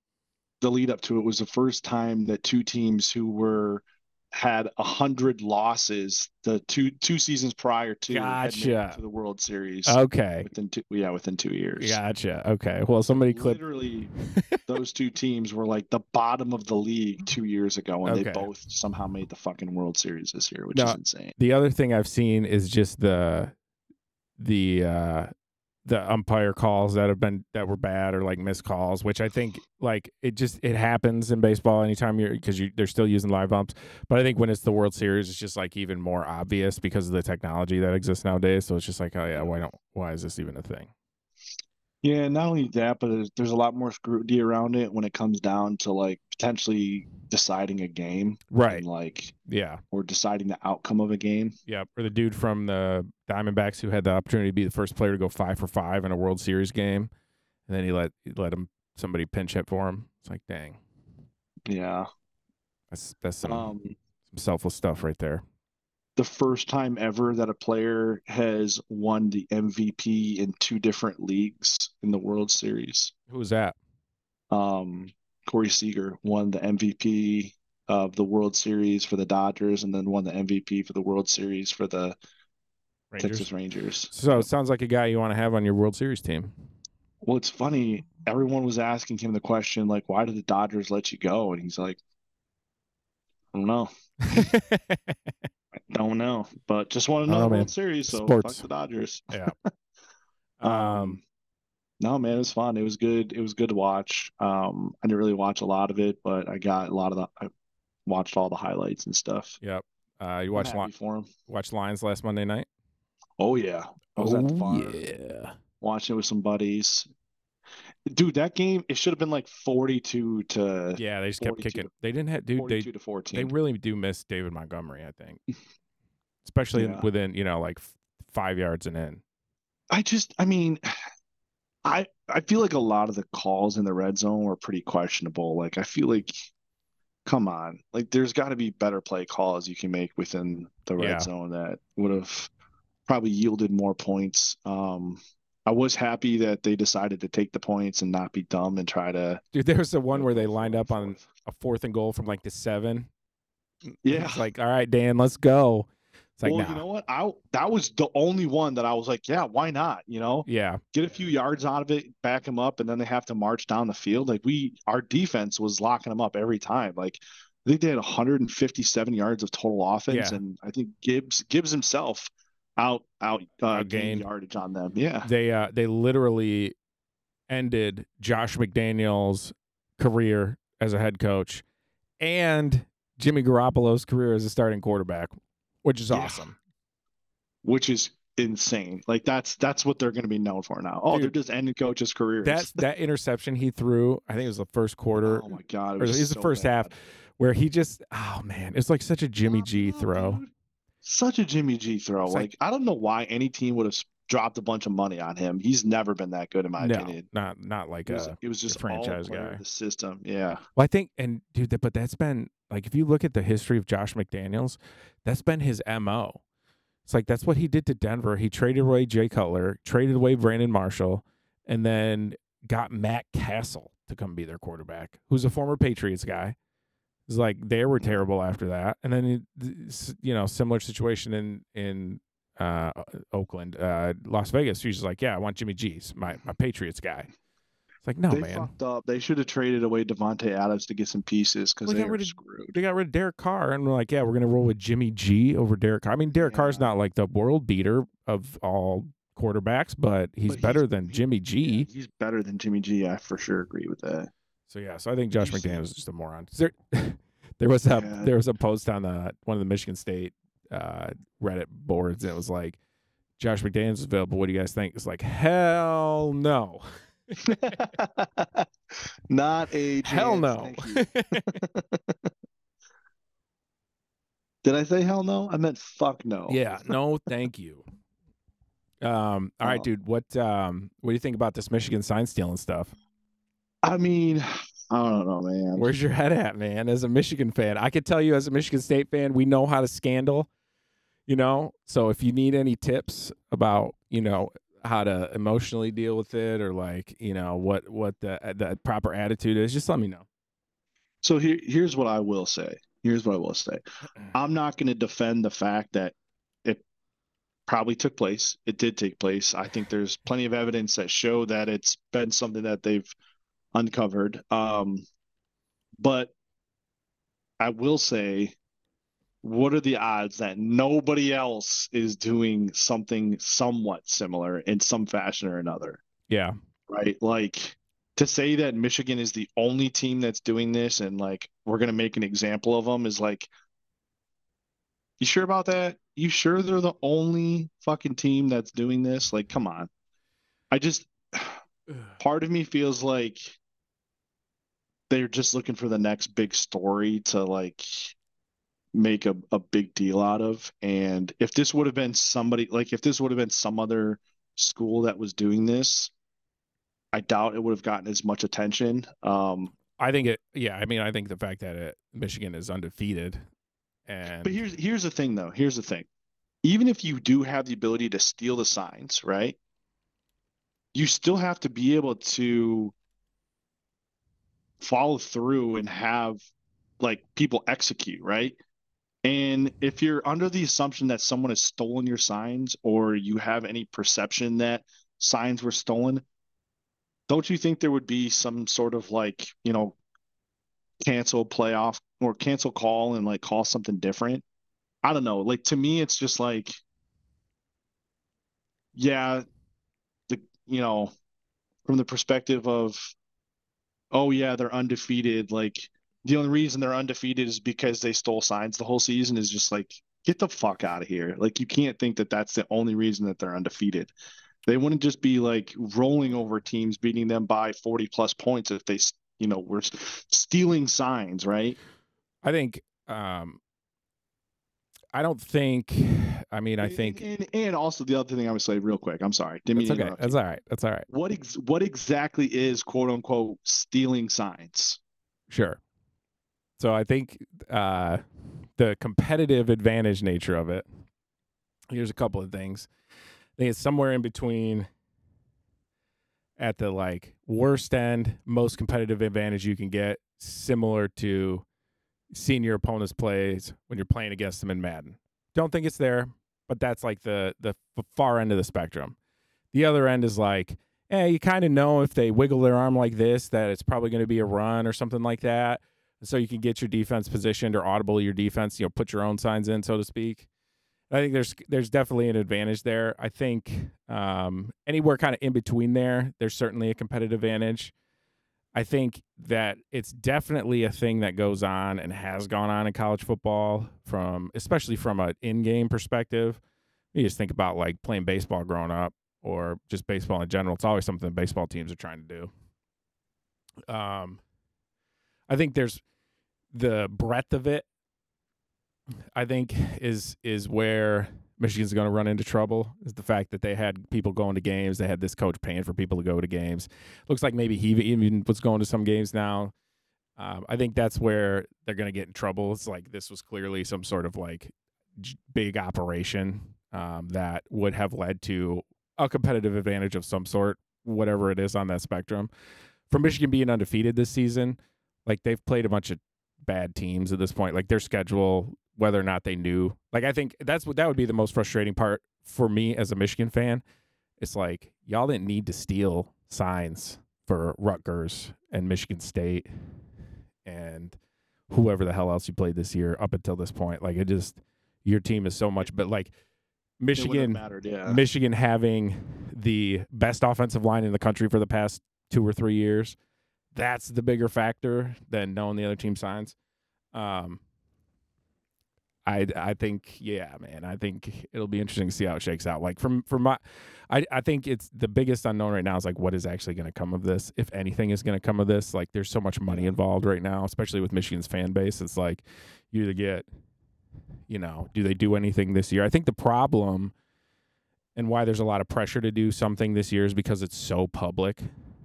the lead up to it was the first time that two teams who were had a hundred losses the two two seasons prior to had made it
Gotcha.
to the World Series
Okay.
within two yeah within two years.
Gotcha. Okay. Well, somebody clipped
Literally, those two teams were like the bottom of the league two years ago, and
Okay.
they both somehow made the fucking World Series this year, which
No.
is insane.
the other thing I've seen is just the the uh the umpire calls that have been that were bad or like missed calls, which I think like it just it happens in baseball anytime you're because you they're still using live umps. But I think when it's the World Series, it's just like even more obvious because of the technology that exists nowadays. So it's just like, oh yeah, why don't why is this even a thing?
Yeah, not only that, but there's, there's a lot more scrutiny around it when it comes down to like potentially deciding a game,
Right.
And like
Yeah.
or deciding the outcome of a game.
Yep. Or the dude from the Diamondbacks who had the opportunity to be the first player to go five for five in a World Series game, and then he let he let him somebody pinch hit for him. It's like, dang,
Yeah.
that's that's some,
Um,
some selfless stuff right there.
the first time ever that a player has won the MVP in two different leagues in the World Series.
Who was that?
Um, Corey Seager won the MVP of the World Series for the Dodgers and then won the MVP for the World Series for the
Rangers.
Texas Rangers.
So it sounds like a guy you want to have on your World Series team.
Well, it's funny. Everyone was asking him the question, like, why did the Dodgers let you go? And he's like, I don't know. I don't know. But just won
don't know,
another
man.
World Series, so fuck
Sports.
the Dodgers.
um,
no, man, it was fun. It was good. It was good to watch. Um, I didn't really watch a lot of it, but I got a lot of the. I watched all the highlights and stuff.
yep. Uh, you
I'm
watched
happy
li-
for him.
watched Lions last Monday night.
Oh yeah, I was at the bar
yeah.
watching it with some buddies. Dude, that game it should have been like forty-two to
Yeah, they just kept
42
kicking. They didn't have dude. They
forty-two to fourteen.
they really do miss David Montgomery. I think, especially
Yeah.
within you know like f- five yards and in.
I just, I mean, I I feel like a lot of the calls in the red zone were pretty questionable. Like I feel like, come on, like there's got to be better play calls you can make within the red
Yeah.
zone that would have probably yielded more points. Um, I was happy that they decided to take the points and not be dumb and try to.
Dude, there was the one where they lined up on a fourth and goal from like the seven.
Yeah.
It's like, all right, Dan, let's go. It's like,
Well,
nah.
you know what? I that was the only one that I was like, yeah, why not? You know,
yeah,
get a few yards out of it, back them up, and then they have to march down the field. Like we, our defense was locking them up every time. Like I think they had 157 yards of total offense,
Yeah.
and I think Gibbs Gibbs himself out out uh,
Outgained.
gained yardage on them. Yeah,
they uh they literally ended Josh McDaniel's career as a head coach and Jimmy Garoppolo's career as a starting quarterback, which is
Yeah.
awesome.
which is insane. Like that's that's what they're going to be known for now. Oh, they're
Dude.
just ending coaches' careers.
That's that interception he threw, I think it was the first quarter
oh my god,
or
it was
it was the
so
first half.
bad.
where he just oh man, it's like such a Jimmy G
Oh,
throw.
dude. Such a Jimmy G throw.
It's
like,
like-
I don't know why any team would have s- dropped a bunch of money on him. He's never been that good in my
no,
opinion.
not not like
It was,
a
it was just
franchise
all a player
guy.
of The system, yeah.
Well, I think, and dude, that, but that's been like, if you look at the history of Josh McDaniels, that's been his MO. It's like, that's what he did to Denver. He traded away Jay Cutler, traded away Brandon Marshall, and then got Matt Castle to come be their quarterback, who's a former Patriots guy. It's like they were terrible after that. And then, it- this- you know, similar situation in, in, uh, Oakland, uh, Las Vegas. He's just like, yeah, I want Jimmy G's, my, my Patriots guy. It's like, no,
they
Oh, man.
fucked up. They should have traded away Devonte Adams to get some pieces because
Well,
they
got
were
rid of-
screwed.
they got rid of Derek Carr and we're like, yeah, we're gonna roll with Jimmy G over Derek Carr. I mean, Derek Carr's
Yeah.
not like the world beater of all quarterbacks, but he's
But he's-
better than Jimmy
Yeah,
G.
he's better than Jimmy G. I for sure agree with that.
So yeah, so I think Josh
He's-
McDaniels is just a moron. There, there was a
Yeah.
there was a post on the one of the Michigan State uh, Reddit boards that was like, Josh McDaniels is available. What do you guys think? It's like hell no,
Not a
hell
chance,
no.
thank you. Did I say hell no? I meant fuck no.
Yeah, no, thank you. Um, all right,
Oh.
dude. What um, what do you think about this Michigan sign stealing stuff?
I mean, I don't know, man.
Where's your head at, man? As a Michigan fan, I could tell you as a Michigan State fan, we know how to scandal, you know? So if you need any tips about, you know, how to emotionally deal with it or like, you know, what what the uh, the proper attitude is, just let me know.
So here, here's what I will say. Here's what I will say. I'm not going to defend the fact that it probably took place. It did take place. I think there's plenty of evidence that show that it's been something that they've uncovered. Um, but I will say, what are the odds that nobody else is doing something somewhat similar in some fashion or another?
Yeah.
right? Like to say that Michigan is the only team that's doing this and like we're going to make an example of them is like, you sure about that? You sure they're the only fucking team that's doing this? Like, come on. I just, part of me feels like they're just looking for the next big story to like make a, a big deal out of. And if this would have been somebody, like, if this would have been some other school that was doing this, I doubt it would have gotten as much attention. Um,
I think it. Yeah, I mean, I think the fact that it, Michigan is undefeated, and
but here's here's the thing though. Here's the thing. Even if you do have the ability to steal the signs, right? You still have to be able to follow through and have like people execute, right? And if you're under the assumption that someone has stolen your signs or you have any perception that signs were stolen, don't you think there would be some sort of like, you know, cancel playoff or cancel call and like call something different? I don't know. Like to me, it's just like, yeah, the, you know, from the perspective of, oh yeah, they're undefeated. Like the only reason they're undefeated is because they stole signs the whole season is just like, get the fuck out of here. Like you can't think that that's the only reason that they're undefeated. They wouldn't just be like rolling over teams, beating them by 40 plus points if they, s- you know, were s- stealing signs, right?
I think. Um, I don't think. I mean, I
And-
think
and, and also the other thing I would say real quick. I'm sorry, didn't mean
that's
to
okay.
interrupt you.
That's all right. That's all right.
What ex- what exactly is quote unquote stealing signs?
Sure. So I think uh, the competitive advantage nature of it. Here's a couple of things. I think it's somewhere in between at the like worst end, most competitive advantage you can get, similar to seeing your opponent's plays when you're playing against them in Madden. Don't think it's there, but that's like the the f- far end of the spectrum. The other end is like eh, you kind of know if they wiggle their arm like this that it's probably going to be a run or something like that. So you can get your defense positioned or audible your defense, you know, put your own signs in, so to speak. I think there's there's definitely an advantage there. I think um, anywhere kind of in between there, there's certainly a competitive advantage. I think that it's definitely a thing that goes on and has gone on in college football from especially from an in-game perspective. You just think about like playing baseball growing up or just baseball in general. It's always something baseball teams are trying to do. Um, I think there's the breadth of it. I think is is where Michigan's going to run into trouble is the fact that they had people going to games. They had this coach paying for people to go to games. Looks like maybe he even was going to some games now. Um, I think that's where they're going to get in trouble. It's like this was clearly some sort of like j- big operation um, that would have led to a competitive advantage of some sort, whatever it is on that spectrum. For Michigan being undefeated this season, like they've played a bunch of bad teams at this point. Like their schedule, whether or not they knew, like I think that's what that would be the most frustrating part for me as a Michigan fan. It's like y'all didn't need to steal signs for Rutgers and Michigan State and whoever the hell else you played this year up until this point. Like it just your team is so much, but like
It wouldn't have
Michigan.
mattered, yeah.
Michigan having the best offensive line in the country for the past two or three years. That's the bigger factor than knowing the other team signs. Um, I I think yeah, man. I think it'll be interesting to see how it shakes out. Like from from my, I I think it's the biggest unknown right now is like what is actually going to come of this, if anything is going to come of this. Like there's so much money involved right now, especially with Michigan's fan base. It's like you either get, you know, do they do anything this year? I think the problem and why there's a lot of pressure to do something this year is because it's so public,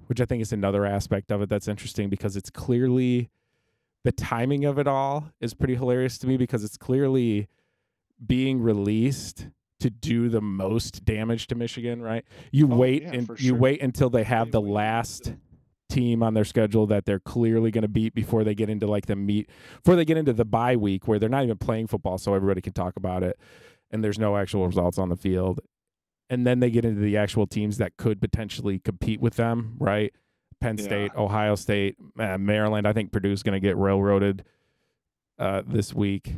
which I think is another aspect of it that's interesting because it's clearly the timing of it all is pretty hilarious to me because it's clearly being released to do the most damage to Michigan, right? You
Oh,
wait
yeah,
and
for
you
sure.
wait until they have
They
the
wait
last team on their schedule that they're clearly going to beat before they get into like the meet before they get into the bye week where they're not even playing football so everybody can talk about it and there's no actual results on the field and then they get into the actual teams that could potentially compete with them, right? Penn
Yeah.
State, Ohio State, uh, Maryland. I think Purdue's going to get railroaded uh, this week.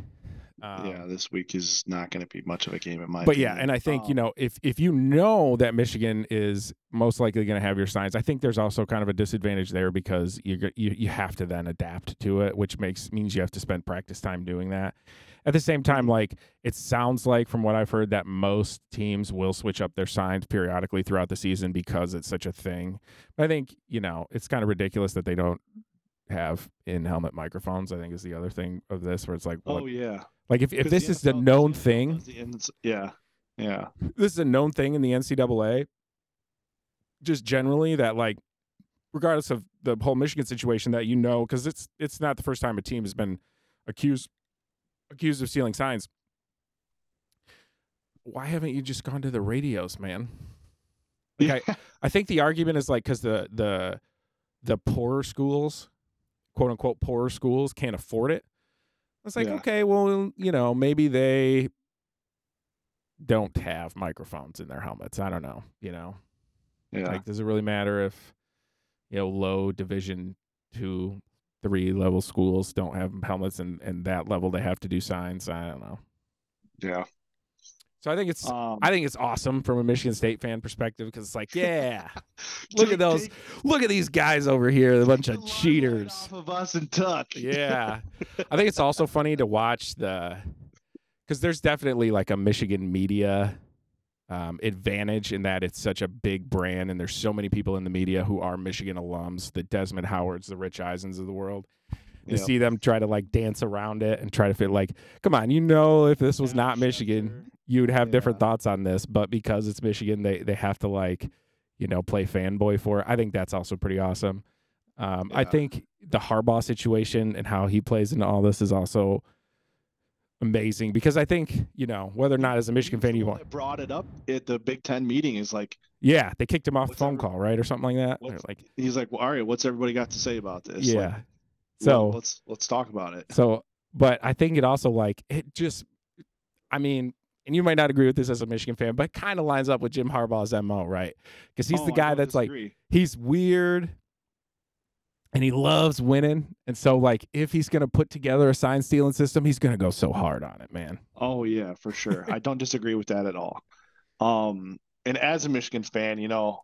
Um,
yeah, this week is not going to be much of a game in my.
but yeah, and I think you
Um,
know if if you know that Michigan is most likely going to have your signs, I think there's also kind of a disadvantage there because you go- you you have to then adapt to it, which makes means you have to spend practice time doing that. At the same
Mm-hmm.
time, like it sounds like from what I've heard that most teams will switch up their signs periodically throughout the season because it's such a thing. But I think you know it's kind of ridiculous that they don't have in helmet microphones. I think is the other thing of this where it's like, what?
Oh yeah.
like if if
'Cause
this
the
is the
NFL
known
does
thing
the ins- yeah, yeah,
this is a known thing in the NCAA. Just generally that like regardless of the whole Michigan situation that you know cuz it's it's not the first time a team has been accused accused of stealing signs. Why haven't you just gone to the radios, man? Like, I-
yeah.
I think the argument is like because the the the poorer schools, quote unquote poorer schools, can't afford it. It's like
Yeah.
okay, well, you know, maybe they don't have microphones in their helmets. I don't know. You know,
yeah.
like does it really matter if you know low Division two, three level schools don't have helmets, and and that level they have to do signs. I don't know.
yeah.
So I think it's
Um,
I think it's awesome from a Michigan State fan perspective because it's like yeah. Look
take-
at those.
take-
Look at these guys over here, a bunch
take
of
the limelight
cheaters.
Off of us and Tuck.
Yeah. I think it's also funny to watch the cuz there's definitely like a Michigan media um, advantage in that it's such a big brand and there's so many people in the media who are Michigan alums, the Desmond Howards, the Rich Eisens of the world. To
Yeah.
see them try to like dance around it and try to fit like, come on, you know, if this was not Michigan, you'd have different
Yeah.
thoughts on this, but because it's Michigan, they they have to like, you know, play fanboy for it. I think that's also pretty awesome. Um, I
Yeah.
think the Harbaugh situation and how he plays into all this is also amazing because I think you know whether or not as a Michigan fan you want,
that brought it up at the Big Ten meeting is like
yeah, they kicked him off the
What's
phone
every-
call right or something like that. They're
what's-
like,
he's like, well, all right, what's everybody got to say about this?
yeah,
Like, well,
so
let's let's talk about it.
So, but I think it also like it just, I mean, and you might not agree with this as a Michigan fan, but it kind of lines up with Jim Harbaugh's mo, right? Because he's
Oh,
the
I
guy
don't
that's like
disagree.
he's weird, and he loves winning, and so like if he's gonna put together a sign stealing system, he's gonna go so hard on it, man.
Oh yeah, for sure. I don't disagree with that at all. Um, and as a Michigan fan, you know,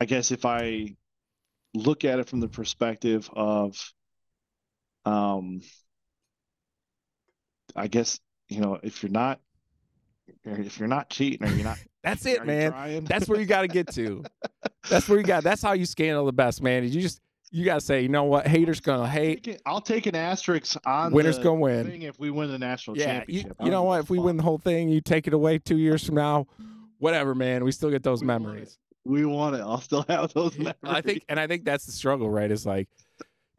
I guess if I look at it from the perspective of, um, I guess you know if you're not, if you're not cheating or you're not,
That's
are
it,
you
man.
trying?
That's where you got to get to. That's where you got. That's how you scandal the best, man. is You just you gotta say, you know what? Haters gonna hate.
Take it- I'll take an asterisk on
Winners
the
gonna win.
thing if we win the national
yeah, you,
championship. I
you
don't
know
give
what?
a
If we
fuck.
win the whole thing, you take it away two years from now, whatever, man. We still get those
We won it.
memories.
we won it. I'll still have those memories.
I think, and I think that's the struggle, right? Is like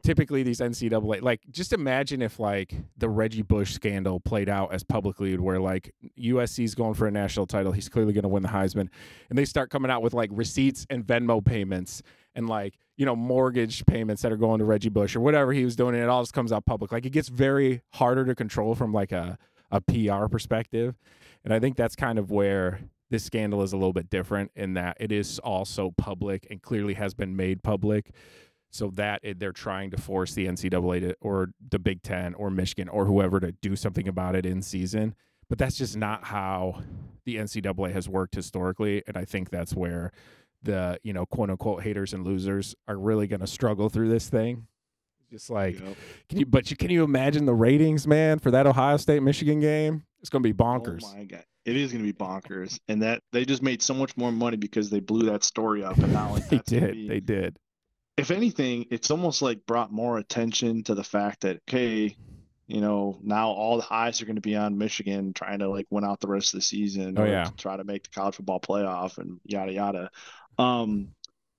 typically these NCAA, like just imagine if like the Reggie Bush scandal played out as publicly, where like USC's going for a national title, he's clearly going to win the Heisman, and they start coming out with like receipts and Venmo payments and like you know mortgage payments that are going to Reggie Bush or whatever he was doing, and it all just comes out public. Like it gets very harder to control from like a a PR perspective, and I think that's kind of where this scandal is a little bit different in that it is also public and clearly has been made public. So that it, they're trying to force the NCAA to, or the Big Ten or Michigan or whoever to do something about it in season. But that's just not how the NCAA has worked historically, and I think that's where the you know quote unquote haters and losers are really going to struggle through this thing. Just like
Yep.
can you, but you, can you imagine the ratings, man, for that Ohio State Michigan game? It's going to be bonkers.
Oh my god, it is going to be bonkers, and that they just made so much more money because they blew that story up. And now like,
they
that's gonna
did.
be-
They did.
if anything, it's almost like brought more attention to the fact that okay, you know, now all the eyes are going to be on Michigan trying to like win out the rest of the season.
Oh,
or
yeah.
to try to make the college football playoff and yada yada. Um,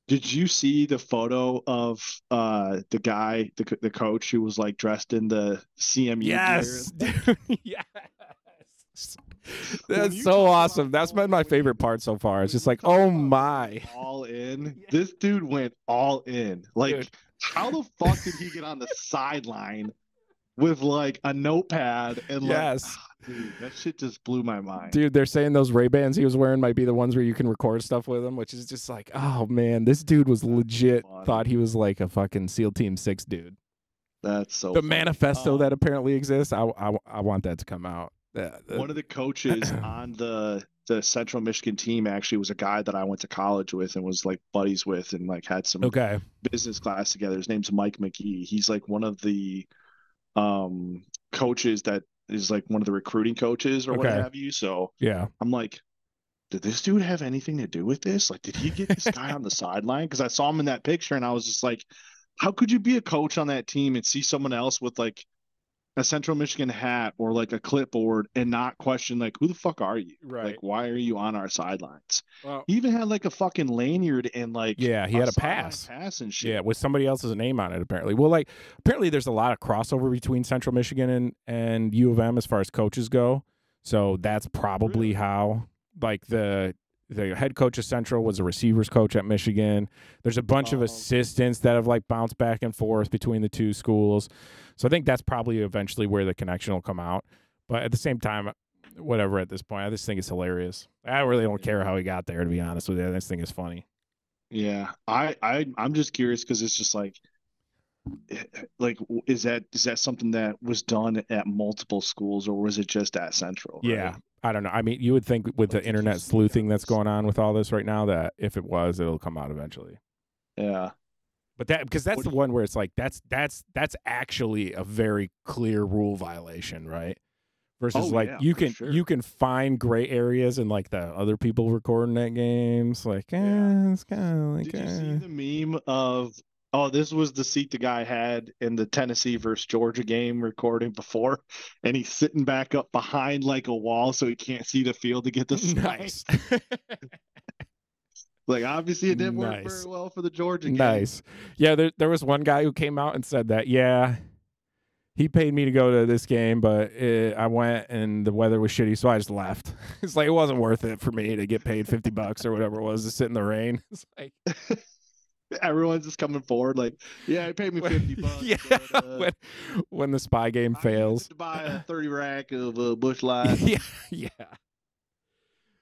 did you see the photo of uh the guy, the co- the coach who was like dressed in the CMU gear?
Yes, dude. yes.
When
That's
you talk
so
about
awesome. That's
going
been my
when
favorite
you-
part so far. It's
when
just
you
like,
talk
oh
about
my.
all in. This dude went all in. Like,
Dude.
how the fuck did he get on the sideline with like a notepad and
Yes.
like, Ah, dude, that shit just blew my mind.
Dude, they're saying those Ray Bans he was wearing might be the ones where you can record stuff with them, which is just like, oh man, this dude was legit
funny.
thought he was like a fucking SEAL Team Six dude.
That's so.
the manifesto
Uh,
that apparently exists. I, I, I want that to come out. That- that-
One of the coaches on the the Central Michigan team actually was a guy that I went to college with and was like buddies with and like had some
okay.
business class together. His name's Mike McGee. He's like one of the um coaches that is like one of the recruiting coaches or what
Okay.
have you. So
Yeah.
I'm like, did this dude have anything to do with this? Like, did he get this guy on the sideline? Because I saw him in that picture and I was just like, how could you be a coach on that team and see someone else with like a Central Michigan hat or like a clipboard and not question, like, who the fuck are you?
Right.
Like, why are you on our sidelines?
Well,
He even had like a fucking lanyard and like,
Yeah, he had a
sideline
pass.
pass and shit.
yeah, with somebody else's name on it apparently. Well, like apparently there's a lot of crossover between Central Michigan and and U of M as far as coaches go. So that's probably how like the the head coach of Central was a receivers coach at Michigan. There's a bunch of
Oh.
assistants that have like bounced back and forth between the two schools. So I think that's probably eventually where the connection will come out. But at the same time, whatever at this point, I just think it's hilarious. I really don't care how he got there to be honest with you. This thing is funny.
Yeah, I, I I'm just curious because it's just like, eh, like w- is that is that something that was done at multiple schools or was it just at Central? right?
Yeah. I don't know. I mean, you would think with the
Like,
internet
just-
sleuthing that's going on with all this right now that if it was, it'll come out eventually.
yeah.
But that because that's
What-
the one where it's like that's that's that's actually a very clear rule violation, right? Versus
Oh,
like
yeah,
you
for
can
sure.
you can find gray areas and like the other people recording at games, like eh,
Yeah.
it's kind of like
Did you see
eh.
the meme of oh this was the seat the guy had in the Tennessee versus Georgia game recording before, and he's sitting back up behind like a wall so he can't see the field to get the snap.
nice,
Like obviously it didn't work
Nice.
very well for the Georgia game.
nice. Yeah, there there was one guy who came out and said that. Yeah, he paid me to go to this game, but eh, I went and the weather was shitty, so I just left. It's like it wasn't worth it for me to get paid fifty bucks or whatever it was to sit in the rain. It's like.
Everyone's just coming forward like, yeah, he paid me
When-
fifty bucks.
Yeah,
but, uh,
when, when the spy game
I needed
fails.
to buy a 30 rack of uh, bush light.
yeah, yeah.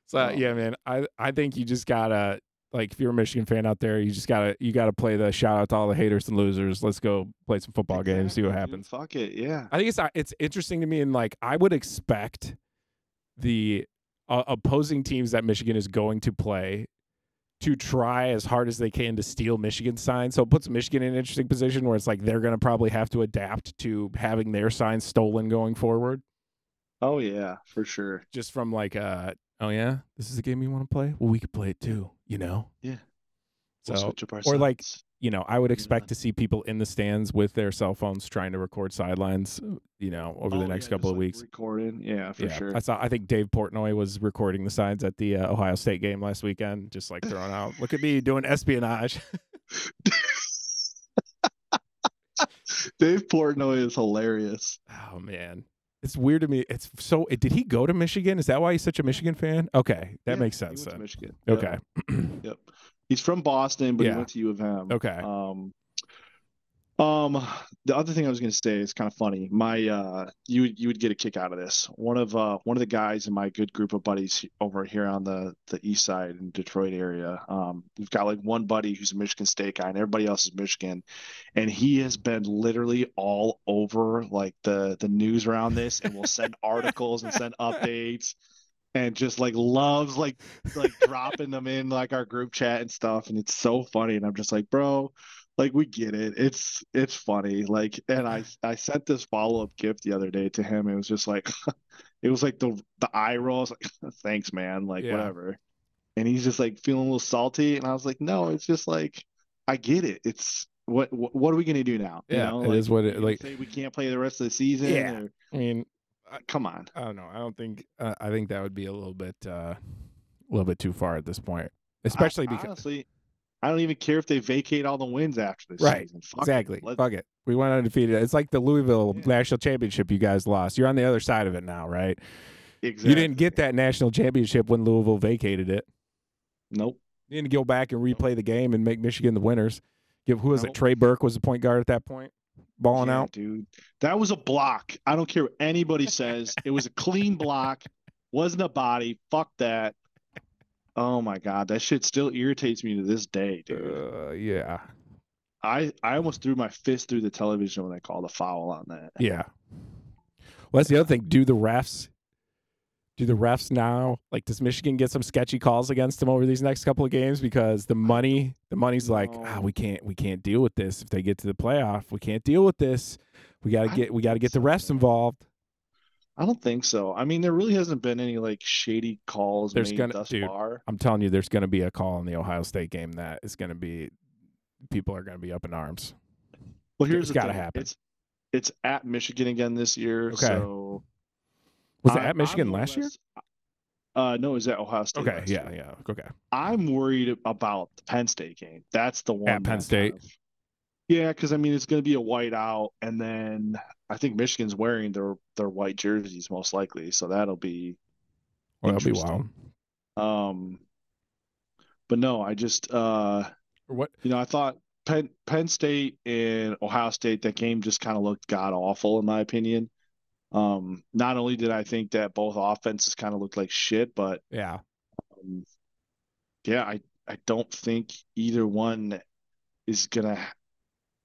So
Oh,
yeah, man, I I think you just gotta like if you're a Michigan fan out there, you just gotta you gotta play the shout out to all the haters and losers. Let's go play some football games, see
Exactly,
what
dude.
happens.
Fuck it, yeah.
I think it's uh, it's interesting to me, and like I would expect the uh, opposing teams that Michigan is going to play to try as hard as they can to steal Michigan's sign. So it puts Michigan in an interesting position where it's like they're going to probably have to adapt to having their sign stolen going forward,
Oh yeah, for sure.
just from like, uh, oh yeah, this is the game you want to play. Well, we could play it too, you know.
Yeah.
So
We'll switch up our
or, like,
sides.
you know, I would
Yeah.
expect to see people in the stands with their cell phones trying to record sidelines, you know, over
Oh,
the next
yeah,
couple
just,
of
like,
weeks.
recording, yeah, for sure.
I saw. I think Dave Portnoy was recording the signs at the uh, Ohio State game last weekend, just like throwing out, "Look at me doing espionage."
Dave Portnoy is hilarious.
oh man, it's weird to me. It's so. Did he go to Michigan? Is that why he's such a Michigan fan? Okay, that
Yeah,
makes
he
sense
went to
then.
Michigan. Yep,
Okay,
Yep. He's from Boston, but
Yeah.
he went to U of M.
okay.
Um, um, the other thing I was going to say is kind of funny. My, uh, you would- you would get a kick out of this. One of uh one of the guys in my good group of buddies over here on the the east side in Detroit area. Um, we've got like one buddy who's a Michigan State guy, and everybody else is Michigan, and he has been literally all over like the the news around this, and will send articles and send updates. And just like loves like like dropping them in like our group chat and stuff, and it's so funny. And I'm just like, bro, like we get it it's it's funny like and i i sent this follow-up gift the other day to him it was just like it was like the the eye roll I was like thanks man like
Yeah.
whatever and he's just like feeling a little salty and i was like no it's just like i get it it's what what, what are we gonna do now
Yeah, it is what it-
you gonna
like-
say we can't play the rest of the season
Yeah.
or-
I mean,
come on
I don't know. I don't think. Uh, I think that would be a little bit, uh, a little bit too far at this point, especially
I,
because
honestly i don't even care if they vacate all the wins after this
Right,
season Fuck it.
Exactly.
Let-
Fuck it. We went undefeated. It's like the Louisville
Yeah.
national championship you guys lost. You're on the other side of it now, right? You didn't get
Exactly.
that national championship when Louisville vacated it.
nope
You didn't go back and replay the game and make Michigan the winners. Give who was it?
Nope.
Trey Burke was the point guard at that point, balling
Yeah,
out.
dude. That was a block. I don't care what anybody says. it was a clean block. Wasn't a body. Fuck that. Oh my god, that shit still irritates me to this day, dude.
Uh, yeah.
I I almost threw my fist through the television when they called a foul on that.
Yeah. Well, that's the other thing. Do the refs? Do the refs now? Like, does Michigan get some sketchy calls against them over these next couple of games because the money, the money's like, ah, we can't, we can't deal with this. If they get to the playoff, we can't deal with this. We gotta
I
get, we gotta get the
think
refs
so.
involved.
I don't think so. I mean, there really hasn't been any like shady calls
There's
made
gonna-
thus
dude.
far.
I'm telling you, there's gonna be a call in the Ohio State game that is gonna be, people are gonna be up in arms.
Well,
Dude,
here's
it's
the
gotta
thing.
happen.
It's it's at Michigan again this year.
Okay.
So
Was it
I-
at Michigan
I'm
last year?
less- Uh, no, it was at Ohio State.
Okay,
last
yeah,
year.
yeah, okay.
I'm worried about the Penn State game. That's the one
Penn
that kind
State?
of- yeah, because I mean it's going to be a white out, and then I think Michigan's wearing their their white jerseys most likely, so that'll be
Well, that'll be
Interesting.
wild.
Um, but no, I just uh,
Or What?
you know, I thought Penn Penn State and Ohio State that game just kind of looked god awful in my opinion. Um, not only did I think that both offenses kind of looked like shit, but
Yeah.
um, yeah, I I don't think either one is gonna.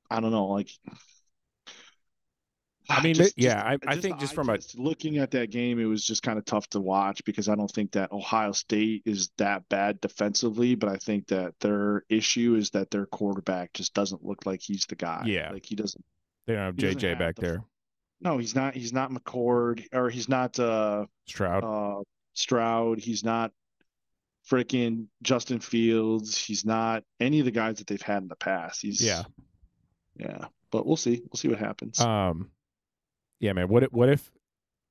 I don't know, like.
I mean,
just-
yeah,
just-
I- I
the
think just
eye
from a-
test, looking at that game, it was just kind of tough to watch because I don't think that Ohio State is that bad defensively, but I think that their issue is that their quarterback just doesn't look like he's the guy.
Yeah.
like he doesn't.
They don't have
He doesn't
JJ
have
back
the-
there.
No, he's not. He's not McCord, or he's not. uh
Stroud.
uh, Stroud. He's not freaking Justin Fields. He's not any of the guys that they've had in the past. He's
Yeah.
yeah. But we'll see. We'll see what happens.
Um, yeah, man. What if what if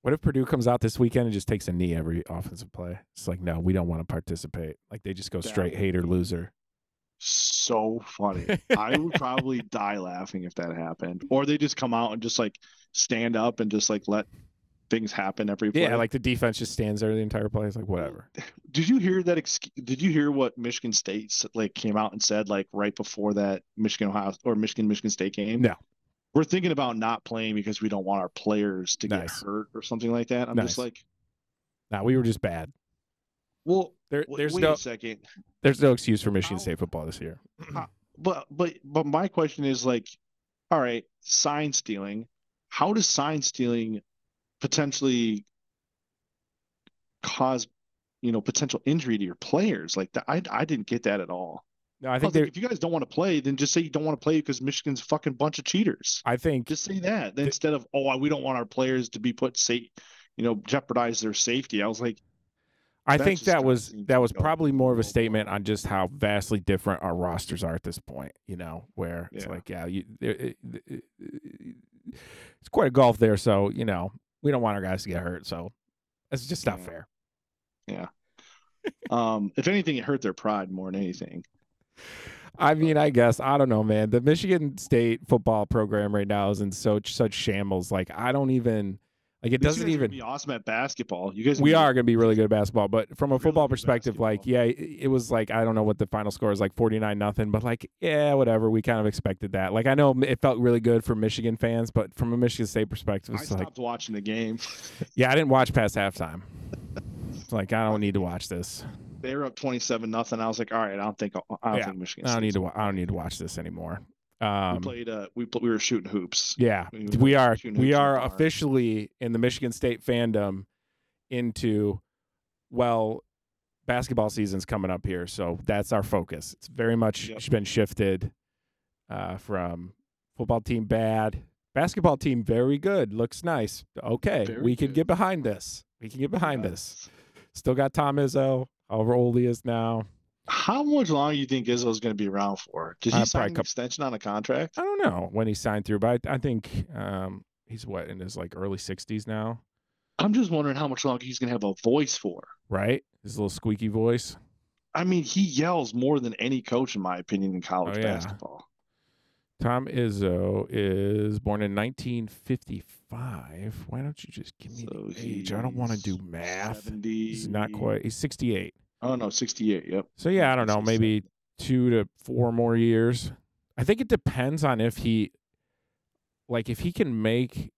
what if Purdue comes out this weekend and just takes a knee every offensive play? It's like, no, we don't want to participate. Like they just go
That
straight
would
hater
be-
loser.
so funny. I would probably die laughing if that happened. Or they just come out and just like stand up and just like let things happen every play.
Yeah, like the defense just stands there the entire play. It's like whatever.
did you hear that ex- did you hear what Michigan State s- like came out and said like right before that Michigan Ohio or Michigan Michigan State game?
No.
We're thinking about not playing because we don't want our players to
Nice.
get hurt or something like that. I'm
Nice.
just like,
Nah, we were just bad.
well,
There,
w-
there's
wait
no
a second.
there's no excuse for Michigan
How-
State football this year.
But but but my question is like, all right, sign stealing. How does sign stealing potentially cause, you know, potential injury to your players? Like that, I I didn't get that at all.
No, I
I was
think they.
like, if you guys don't want to play, then just say you don't want to play because Michigan's a fucking bunch of cheaters.
I think
Just say that Then instead of oh we don't want our players to be put safe, you know, jeopardize their safety. I was like,
I
that
think
just
that
kinda
was
seems
that
to
was
go
probably more of a
overboard.
statement on just how vastly different our rosters are at this point. You know, where it's
Yeah.
like, yeah, you, it, it- it- it- it's quite a golf there, so you know we don't want our guys to get hurt. So that's just not
Yeah.
fair.
um, if anything, it hurt their pride more than anything.
I mean, I guess I don't know, man. The Michigan State football program right now is in such such shambles. Like I don't even like it
These
doesn't
guys are gonna
even.
be awesome at basketball. You guys,
we
need-
are going to be really good at basketball but from a
Really
football
good
perspective like yeah
basketball.
it, it was like i don't know what the final score is like 49 nothing but like yeah whatever we kind of expected that like i know it felt really good for michigan fans but from a michigan state perspective
I
it's like
stopped watching the game.
yeah i didn't watch past halftime it's like i don't need to watch this
they were up twenty-seven nothing. I was like, all right, I don't think I don't
Yeah,
think Michigan.
i don't need
State's
to
gonna
wa- i don't
win."
need to watch this anymore
We
um
played. Uh, we pl- we were shooting hoops.
yeah
we
we
were
are
shooting
we
hoops in the
are
barn.
officially in the michigan state fandom into well basketball season's coming up here so that's our focus it's very much
Yep.
been shifted uh, from football team bad basketball team very good looks nice okay
Very
we can
good.
get behind this we can get behind
Uh,
this
Yes.
still got tom izzo however old he is now
How much longer do you think Izzo's going to be around for? Did he
Uh, probably Uh,
sign
a
an
coup-
extension on a contract?
i don't know when he signed through but i, I think um, he's what in his like early 60s now
I'm just wondering how much longer he's going to have a voice for.
right his little squeaky voice
I mean, he yells more than any coach, in my opinion, in college
Oh, yeah.
basketball.
Tom Izzo is born in 1955. Why don't you just give me
So
the age? I don't want to
he's
do math.
70,
He's not quite. He's 68.
Oh no, 68. Yep.
So yeah, I don't know.
67.
Maybe two to four more years. I think it depends on if he, like, if he can make,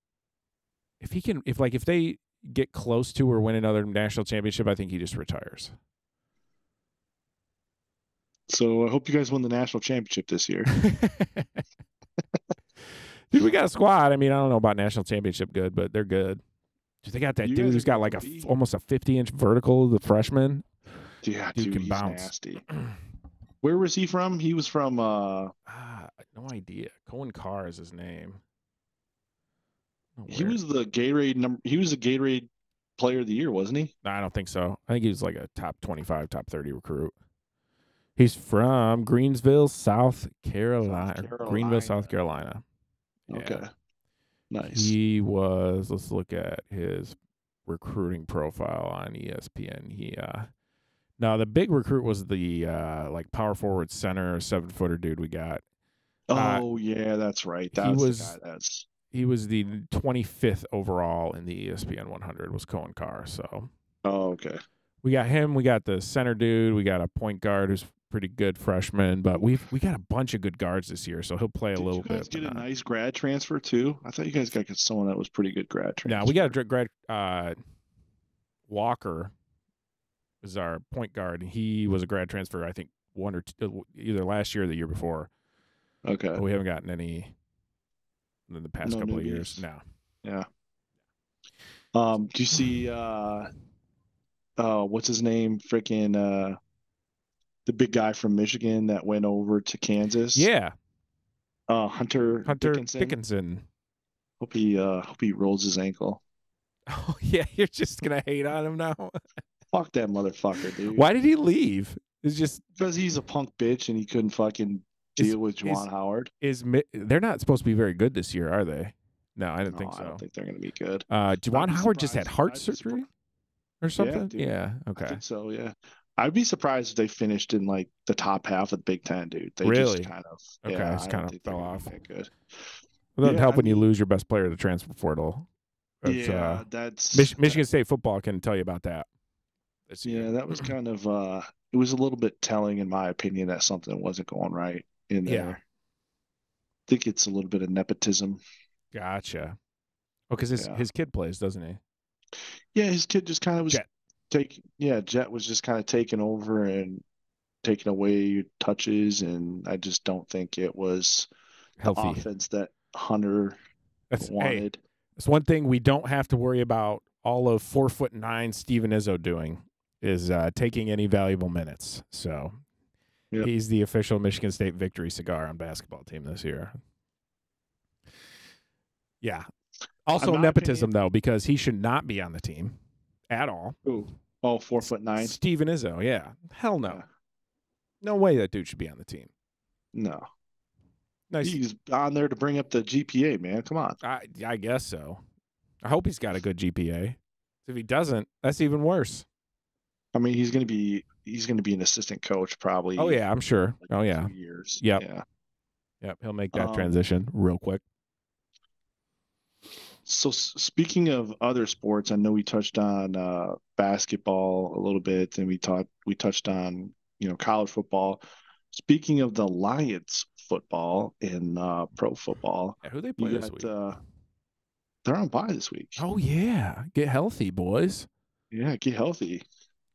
if he can, if like if they get close to or win another national championship, I think he just retires.
So I hope you guys win the national championship this year.
Dude, we got a squad. I mean, I don't know about national championship good, but they're good. Dude, They got that
You
dude
guys
who's
are
got like a
gonna be-
f- almost a fifty inch vertical, the freshman.
Yeah,
Dude
dude,
can
he's
bounce.
nasty. Where was he from? He was from uh
Ah, no idea. Cohen Carr is his name. I don't know
he
where-
was the Gatorade number he was the Gatorade player of the year, wasn't he?
No, I don't think so. I think he was like a top 25, top 30 recruit. He's from Greensville, South Carolina. Greenville, South Carolina. Yeah.
Okay. Nice.
He was, let's look at his recruiting profile on E ESPN. He, uh, now the big recruit was the, uh, like power forward center, seven footer dude we got. uh,
oh yeah, that's right. That
he
was, the
was-
guy that's
He was the 25th overall in the E ESPN 100 was Cohen Carr. So,
Oh, okay.
We got him. We got the center dude. We got a point guard who's pretty good freshman. But we've we got a bunch of good guards this year, so he'll play a
Did
little
you guys
bit. but
get a
not-
nice grad transfer too? I thought you guys got someone that was pretty good grad transfer.
No, we got a dr- grad uh, Walker is our point guard. and He was a grad transfer, I think, one or two, either last year or the year before.
Okay.
But we haven't gotten any in the past
Uh, No
couple of years.
newbies.
No, Oh.
Um, do you see uh uh what's his name? Freaking uh the big guy from Michigan that went over to Kansas.
yeah,
Uh Hunter
Hunter
Dickinson.
Dickinson.
Hope he uh hope he rolls his ankle.
Oh yeah, you're just gonna hate on him now.
Fuck that motherfucker, dude.
Why did he leave? It's just
Because he's a punk bitch and he couldn't fucking
Is-
deal with Juwan
is-
Howard.
is Mi- they're not supposed to be very good this year, are they? No, I didn't
No,
think so.
I don't think they're gonna be good.
uh, Juwan
be
Howard just had
surprised.
heart
I'd be surpri-
surgery or something.
dude.
Yeah.
I
Okay.
think so, yeah. I'd be surprised if they finished in like the top half of the Big Ten, dude. They
Really?
just kind of
Okay,
yeah,
just
I don't
kinda
think they're
fell
gonna be
off.
that good.
Well, that would
Yeah,
help
I
when you
mean-
lose your best player to the transfer portal. That's,
yeah,
uh,
that's
Mich-
that-
Michigan State football can tell you about that. this
Yeah,
year.
that was kind of uh it was a little bit telling in my opinion that something wasn't going right in
Yeah.
there. I think it's a little bit of nepotism.
gotcha. Oh, because his
Yeah.
his kid plays, doesn't he?
Yeah, his kid just kind of was
Jet.
take yeah, Jet was just kind of taking over and taking away touches and I just don't think it was the
Healthy.
offense that Hunter
That's hey,
wanted.
that's one thing we don't have to worry about. All of four foot nine Steven Izzo doing is uh, taking any valuable minutes. So
Yep.
he's the official Michigan State victory cigar on basketball team this year. Yeah. Also
my
nepotism though, because he should not be on the team at all.
Ooh. Oh, four foot nine?
Steven Izzo, yeah. Hell no.
Yeah.
No way that dude should be on the team.
No.
Nice.
He's on there to bring up the GPA, man. Come on.
I I guess so. I hope he's got a good GPA. If he doesn't, that's even worse.
I mean, he's gonna be he's gonna be an assistant coach probably.
Oh yeah, I'm sure. Oh yeah.
two years.
Yep.
Yeah.
Yep, he'll make that
Um,
transition real quick.
So s- speaking of other sports, I know we touched on uh, basketball a little bit, and we talked we touched on you know college football. Speaking of the Lions football and uh, pro football,
Yeah, who they play
you
this
got
week?
uh, they're on bye this week.
oh yeah, get healthy, boys.
Yeah, get healthy.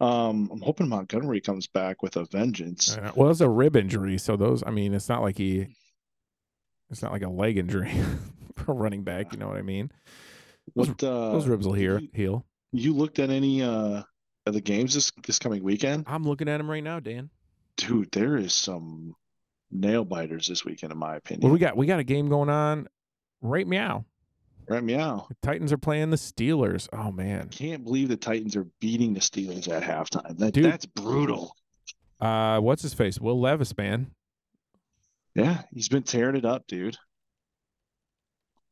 Um, I'm hoping Montgomery comes back with a vengeance.
Uh, well, it's a rib injury, so those. I mean, it's not like he. It's not like a leg injury for a running back. You know what I mean? Those,
What uh,
those ribs will hear,
you-
heal.
you looked at any uh, of the games this this coming weekend?
I'm looking at him right now, Dan.
Dude, there is some nail biters this weekend, in my opinion.
Well, we got we got a game going on. Right meow.
Right meow.
The Titans are playing the Steelers. Oh man.
Can't believe the Titans are beating the Steelers at halftime. That,
Dude.
That's brutal.
Uh, what's his face? Will Levis, man.
Yeah, he's been tearing it up, dude.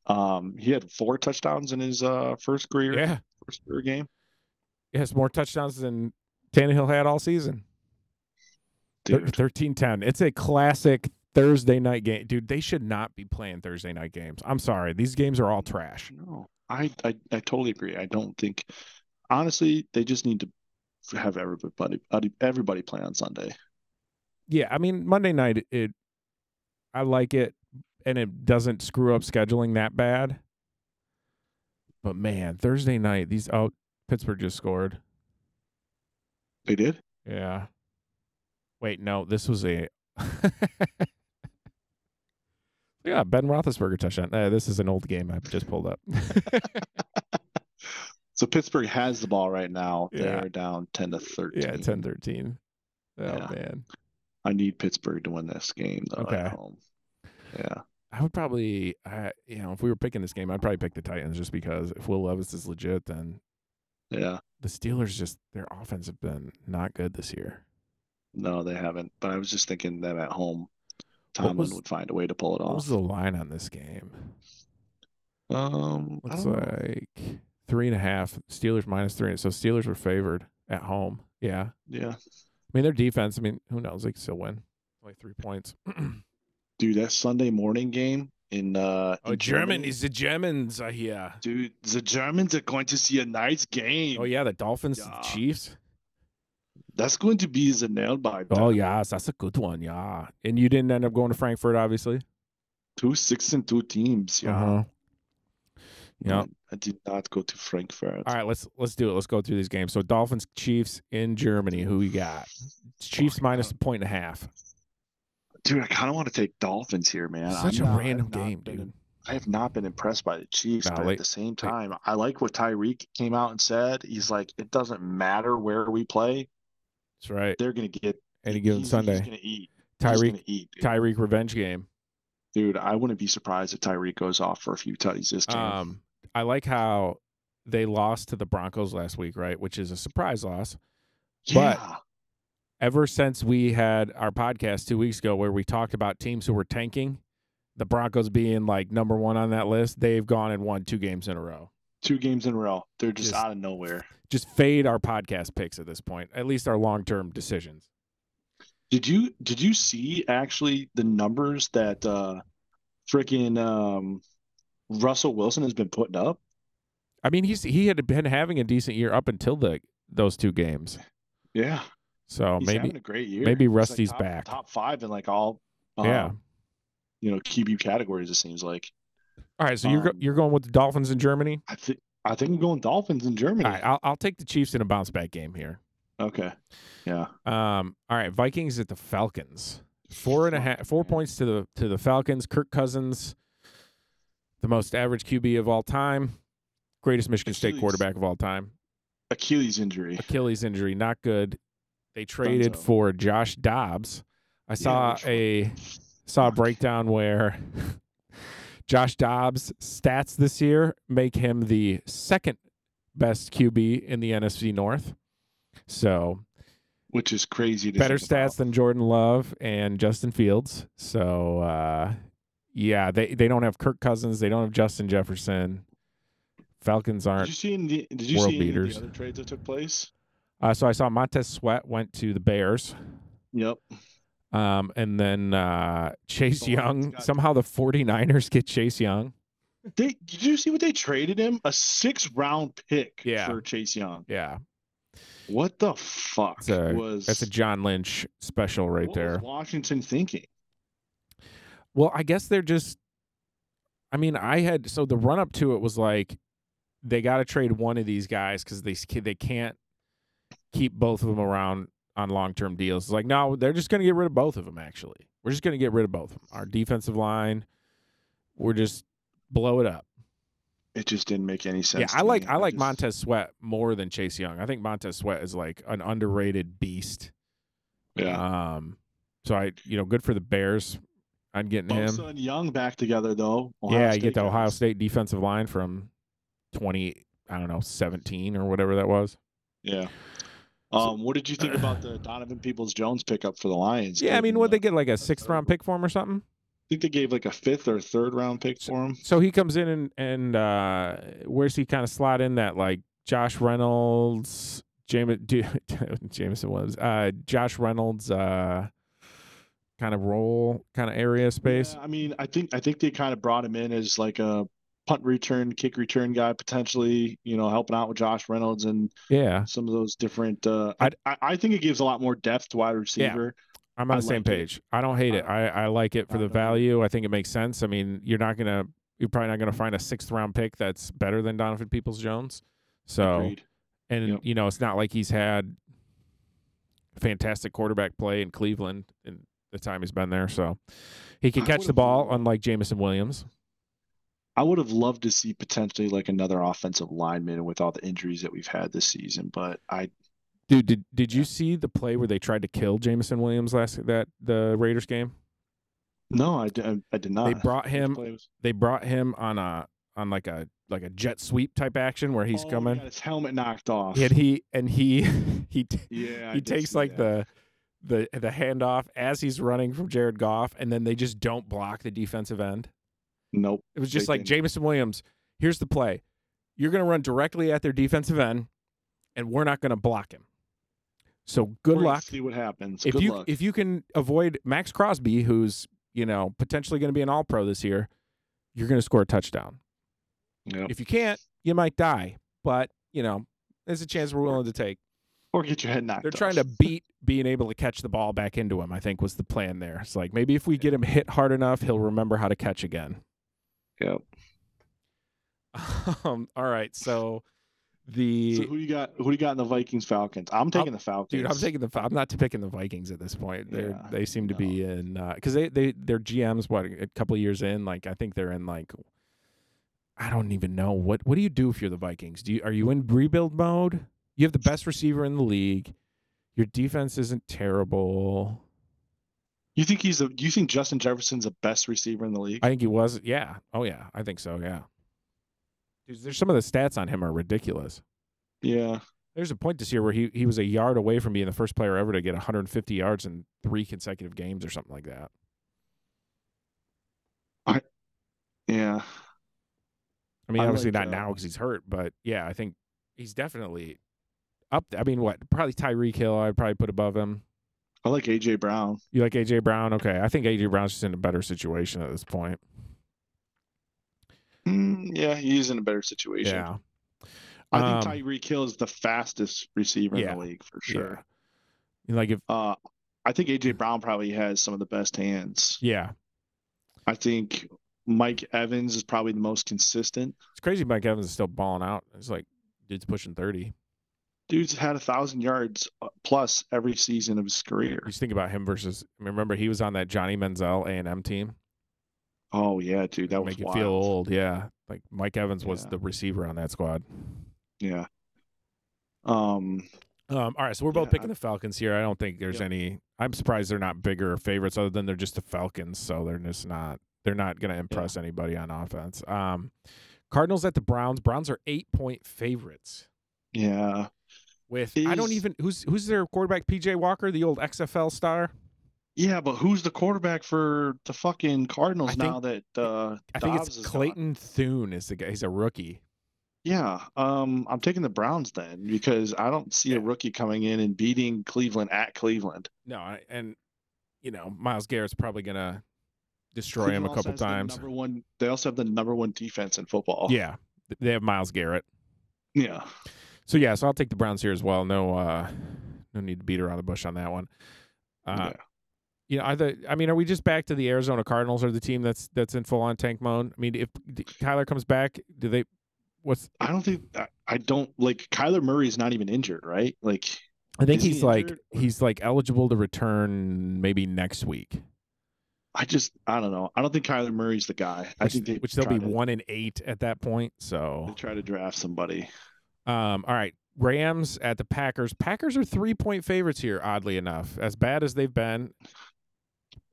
Um, he had four touchdowns in his uh first career
Yeah,
first career game.
he has more touchdowns than Tannehill had all season.
Dude,
13 10. It's a classic Thursday night game. Dude, they should not be playing Thursday night games. I'm sorry. These games are all trash.
no, I, I I totally agree. I don't think honestly they just need to have everybody everybody play on Sunday.
Yeah, I mean, Monday night it I like it and it doesn't screw up scheduling that bad. But man, Thursday night, these oh Pittsburgh just scored.
They did.
Yeah. Wait, no, this was a. yeah, Ben Roethlisberger touchdown. Uh, this is an old game I just pulled up.
So Pittsburgh has the ball right now.
Yeah.
They're down ten to thirteen.
yeah, 10 13. Oh,
Yeah.
man.
I need Pittsburgh to win this game though
Okay.
at home. Yeah.
I would probably, I, you know, if we were picking this game, I'd probably pick the Titans just because if Will Levis is legit, then
Yeah.
the Steelers just, their offense have been not good this year.
No, they haven't. But I was just thinking that at home
What
Tomlin
was-
would find a way to pull it
What
off.
was the line on this game?
um I
Looks
don't know.
like three and a half. Steelers minus three. So Steelers were favored at home. Yeah.
Yeah.
I mean, their defense, I mean, who knows? They could still win. Only three points.
Dude, that Sunday morning game in uh
oh,
in
Germany's the Germans uh, are here.
Dude, the Germans are going to see a nice game.
Oh, yeah. The Dolphins,
Yeah.
the Chiefs.
That's going to be the nail biter.
Oh, yes. That's a good one. Yeah. And you didn't end up going to Frankfurt, obviously.
Two six and two teams. Yeah.
Uh-huh. Yeah.
I did not go to Frankfurt.
All right, let's let's do it. Let's go through these games. So Dolphins, Chiefs in Germany. Who we got? It's Chiefs
Fuck,
minus
uh,
a point and a half.
Dude, I kind of want to take Dolphins here, man.
Such
I'm
a
not- I've
random
not
game,
been
dude.
I have not been impressed by the Chiefs,
No,
but
they-
at the same time, I like what Tyreek came out and said. He's like, it doesn't matter where we play,
That's right.
they're gonna get
Any
he-
given
he's- He's
Sunday,
gonna eat. He's
Tyreek
gonna eat, dude.
Tyreek revenge game.
dude. I wouldn't be surprised if Tyreek goes off for a few tutties this game.
Um, I like how they lost to the Broncos last week, right? Which is a surprise loss. but-
yeah,
Ever since we had our podcast two weeks ago where we talked about teams who were tanking, the Broncos being like number one on that list, they've gone and won two games in a row.
two games in a row. They're just,
Just-
out of nowhere.
Just fade our podcast picks at this point, at least our long term decisions.
Did you did you see actually the numbers that uh freaking um Russell Wilson has been putting up?
I mean, he's he had been having a decent year up until the those two games.
Yeah.
So
He's
maybe
having a great year.
maybe
He's, like,
Rusty's
top-
back.
Top five in like all, um,
Yeah.
you know, QB categories. It seems like
All right, so you're go,
Um,
you're going with the Dolphins in Germany.
I think I think I'm going Dolphins in Germany.
All right, I'll I'll take the Chiefs in a bounce back game here.
okay, yeah,
Um, all right, Vikings at the Falcons. Four and a
Fuck,
half, four
man.
points to the to the Falcons. Kirk Cousins, the most average QB of all time, greatest Michigan State
Achilles.
quarterback of all time.
Achilles injury.
Achilles injury, not good. They traded
Dunzo.
for Josh Dobbs. I saw
which one?
a saw a
Fuck.
breakdown where Josh Dobbs' stats this year make him the second best QB in the NFC North. So
which is crazy. To
better
think about.
stats than Jordan Love and Justin Fields. So uh, yeah, they they don't have Kirk Cousins. They don't have Justin Jefferson. Falcons
Did you
aren't.
see? Any, did you
world
see any of
beaters.
the other trades that took place?
Uh, so I saw Montez Sweat went to the Bears.
Yep.
Um, and then uh, Chase
The Lions
Young.
got-
Somehow the 49ers get Chase Young.
They did you see what they traded him? A six round pick
Yeah.
for Chase Young.
Yeah,
What the fuck
That's a-
was
that's a John Lynch special right
what
there.
Was Washington thinking?
Well, I guess they're just. I mean, I had so the run up to it was like they got to trade one of these guys because they s- they can't keep both of them around on long term deals. It's like no, they're just going to get rid of both of them. Actually, we're just going to get rid of both of them. Our defensive line, we're just blow it up.
It just didn't make any
Yeah,
sense.
I
to
like
me.
I like
just-
Montez Sweat more than Chase Young. I think Montez Sweat is like an underrated beast.
Yeah.
Um, so I you know good for the Bears on getting him.
Bosa and Young back together though. Ohio
yeah, you
State
get the Ohio
guys.
State defensive line from 20, I don't know, 17 or whatever that was.
Yeah.
So-
Um, what did you think about the Donovan Peoples Jones pickup for the Lions?
Yeah, I mean,
Giving
what they
the-
get like a sixth round pick for him or something.
I think they gave like a fifth or third round pick for him.
So he comes in and and uh, where's he kind of slot in that like Josh Reynolds, James, Jameson was uh, Josh Reynolds uh, kind of role, kind of area space.
Yeah, I mean, I think I think they kind of brought him in as like a punt return, kick return guy potentially. You know, helping out with Josh Reynolds and
Yeah,
some of those different. Uh, I
I'd-
I, I think it gives a lot more depth to wide receiver.
I'm on
I
the same
like it.
page. I don't hate it. I, I like it for
I
the
don't-
value. I think it makes sense. I mean, you're not gonna you're probably not gonna find a sixth round pick that's better than Donovan Peoples Jones. So
Agreed.
and
Yep.
you know, it's not like he's had fantastic quarterback play in Cleveland in the time he's been there. So he can
I
catch
would've-
the ball, unlike Jamison Williams.
I would have loved to see potentially like another offensive lineman with all the injuries that we've had this season, but I
Dude, did did you see the play where they tried to kill Jamison Williams last that the Raiders game?
no, I, di- I, I did not.
They brought him.
Play was-
They brought him on a on like a like a jet sweep type action where he's
Oh,
coming.
He got his helmet knocked off.
and he and he he t-
yeah, I
he
did
takes
see
like
that.
the the the handoff as he's running from Jared Goff, and then they just don't block the defensive end.
nope.
It was
They
just like
didn't.
Jamison Williams. Here's the play: you're going to run directly at their defensive end, and we're not going to block him. So good
We're gonna
luck.
See what happens.
If
good
you
luck.
if you can avoid Max Crosby, who's you know potentially going to be an All Pro this year, you're going to score a touchdown.
Yep.
If you can't, you might die. But you know, there's a chance we're willing to take.
or get your head knocked.
They're
off.
trying to beat being able to catch the ball back into him. I think was the plan there. It's like maybe if we get him hit hard enough, he'll remember how to catch again.
Yep.
Um, all right, so the
So who you got? Who do you got in the Vikings Falcons? I'm taking the Falcons.
dude, I'm taking the. Fa- I'm not picking the Vikings at this point. They are
Yeah,
they seem to be in because they they their GMs what a couple of years in. Like I think they're in like I don't even know what what do you do if you're the Vikings? Do you are you in rebuild mode? You have the best receiver in the league. Your defense isn't terrible.
You think he's a? You think Justin Jefferson's the best receiver in the league?
I think he was. Yeah. Oh yeah. I think so. Yeah. Dude, there's some of the stats on him are ridiculous.
yeah.
There's a point this year where he, he was a yard away from being the first player ever to get 150 yards in three consecutive games or something like that.
Yeah.
I mean,
I
obviously
like,
not
uh,
now because he's hurt, but yeah, I think he's definitely up. th- I mean, what? Probably Tyreek Hill. I'd probably put above him.
I like AJ Brown.
You like AJ Brown? Okay, I think AJ Brown's just in a better situation at this point.
Mm, yeah, he's in a better situation.
Yeah.
I
Um,
think Tyreek Hill is the fastest receiver
yeah,
in the league for sure.
Yeah. Like if
Uh, I think AJ Brown probably has some of the best hands.
yeah,
I think Mike Evans is probably the most consistent.
It's crazy Mike Evans is still balling out. It's like dude's pushing 30.
Dude's had a thousand yards uh, plus every season of his career.
You just think about him versus I mean, remember he was on that Johnny Menzel A&M team.
Oh yeah, dude, that was
make you
wild.
feel old, yeah. Like Mike Evans was
Yeah.
the receiver on that squad.
Yeah. Um,
Um, all right, so we're both
Yeah,
picking the
I-
Falcons here. I don't think there's
Yep.
any I'm surprised they're not bigger favorites other than they're just the Falcons, so they're just not they're not going to impress anybody on offense. Um Cardinals at the Browns. Browns are 8-point favorites.
yeah.
With I don't
Is-
even who's who's their quarterback PJ Walker, the old XFL star?
Yeah, but who's the quarterback for the fucking Cardinals
I think-
now that uh
I think
Dobbs
it's
is gone?
Clayton Thune is the guy. He's a rookie.
Yeah. Um, I'm taking the Browns then because I don't see a rookie coming in and beating Cleveland at Cleveland.
No, I, and you know Miles Garrett's probably gonna destroy him
Cleveland
a
also
couple
has the
times.
Number one, they also have the number one defense in football.
Yeah, th- they have Miles Garrett.
Yeah.
So yeah, so I'll take the Browns here as well. No, uh no need to beat around the bush on that one. Uh,
Yeah.
You know, are the, I mean, are we just back to the Arizona Cardinals or the team that's that's in full on tank mode? I mean, if d- Kyler comes back, do they? What's
I don't think I, I don't like Kyler Murray's not even injured, right? Like
I think
Is he
he's like
injured?
he's like eligible to return maybe next week.
I just I don't know. I don't think Kyler Murray's the guy. I
which,
think they
which they'll
try
be
to,
one in eight at that point.
they
So,
try to draft somebody.
um, all right, Rams at the Packers. Packers are three point favorites here. Oddly enough, as bad as they've been,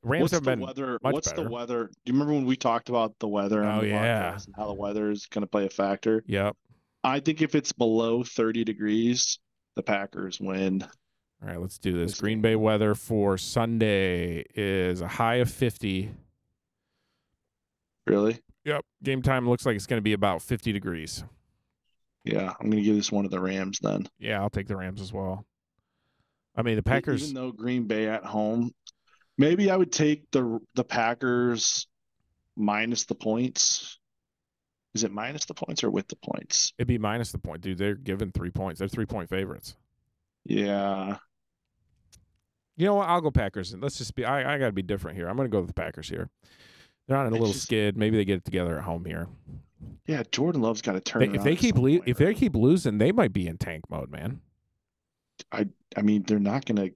Rams
what's
have
the
been.
weather?
much
What's
better.
the weather? Do you remember when we talked about the weather on
Oh,
the
yeah.
podcast and how the weather is going to play a factor?
Yep.
I think if it's below 30 degrees, the Packers win.
All right, let's do this.
Let's do
Green Bay weather for Sunday is a high of fifty.
Really?
Yep. Game time looks like it's going to be about fifty degrees.
Yeah, I'm going to give this one to the Rams then. E-
Yeah, I'll take the Rams as well. I mean, the Packers.
Even though Green Bay at home, maybe I would take the the Packers minus the points. Is it minus the points or with the points?
It'd be minus the point, dude. They're given three points. They're three point favorites.
Yeah.
You know what? I'll go Packers. Let's just be. I, I got to be different here. I'm going to go with the Packers here. They're on a
It's
little
just-
skid. Maybe they get it together at home here.
Yeah, Jordan Love's got to turn
They, if
around
they
at
keep
some
le-
point,
if they
right?
keep losing, they might be in tank mode, man.
I mean, they're not going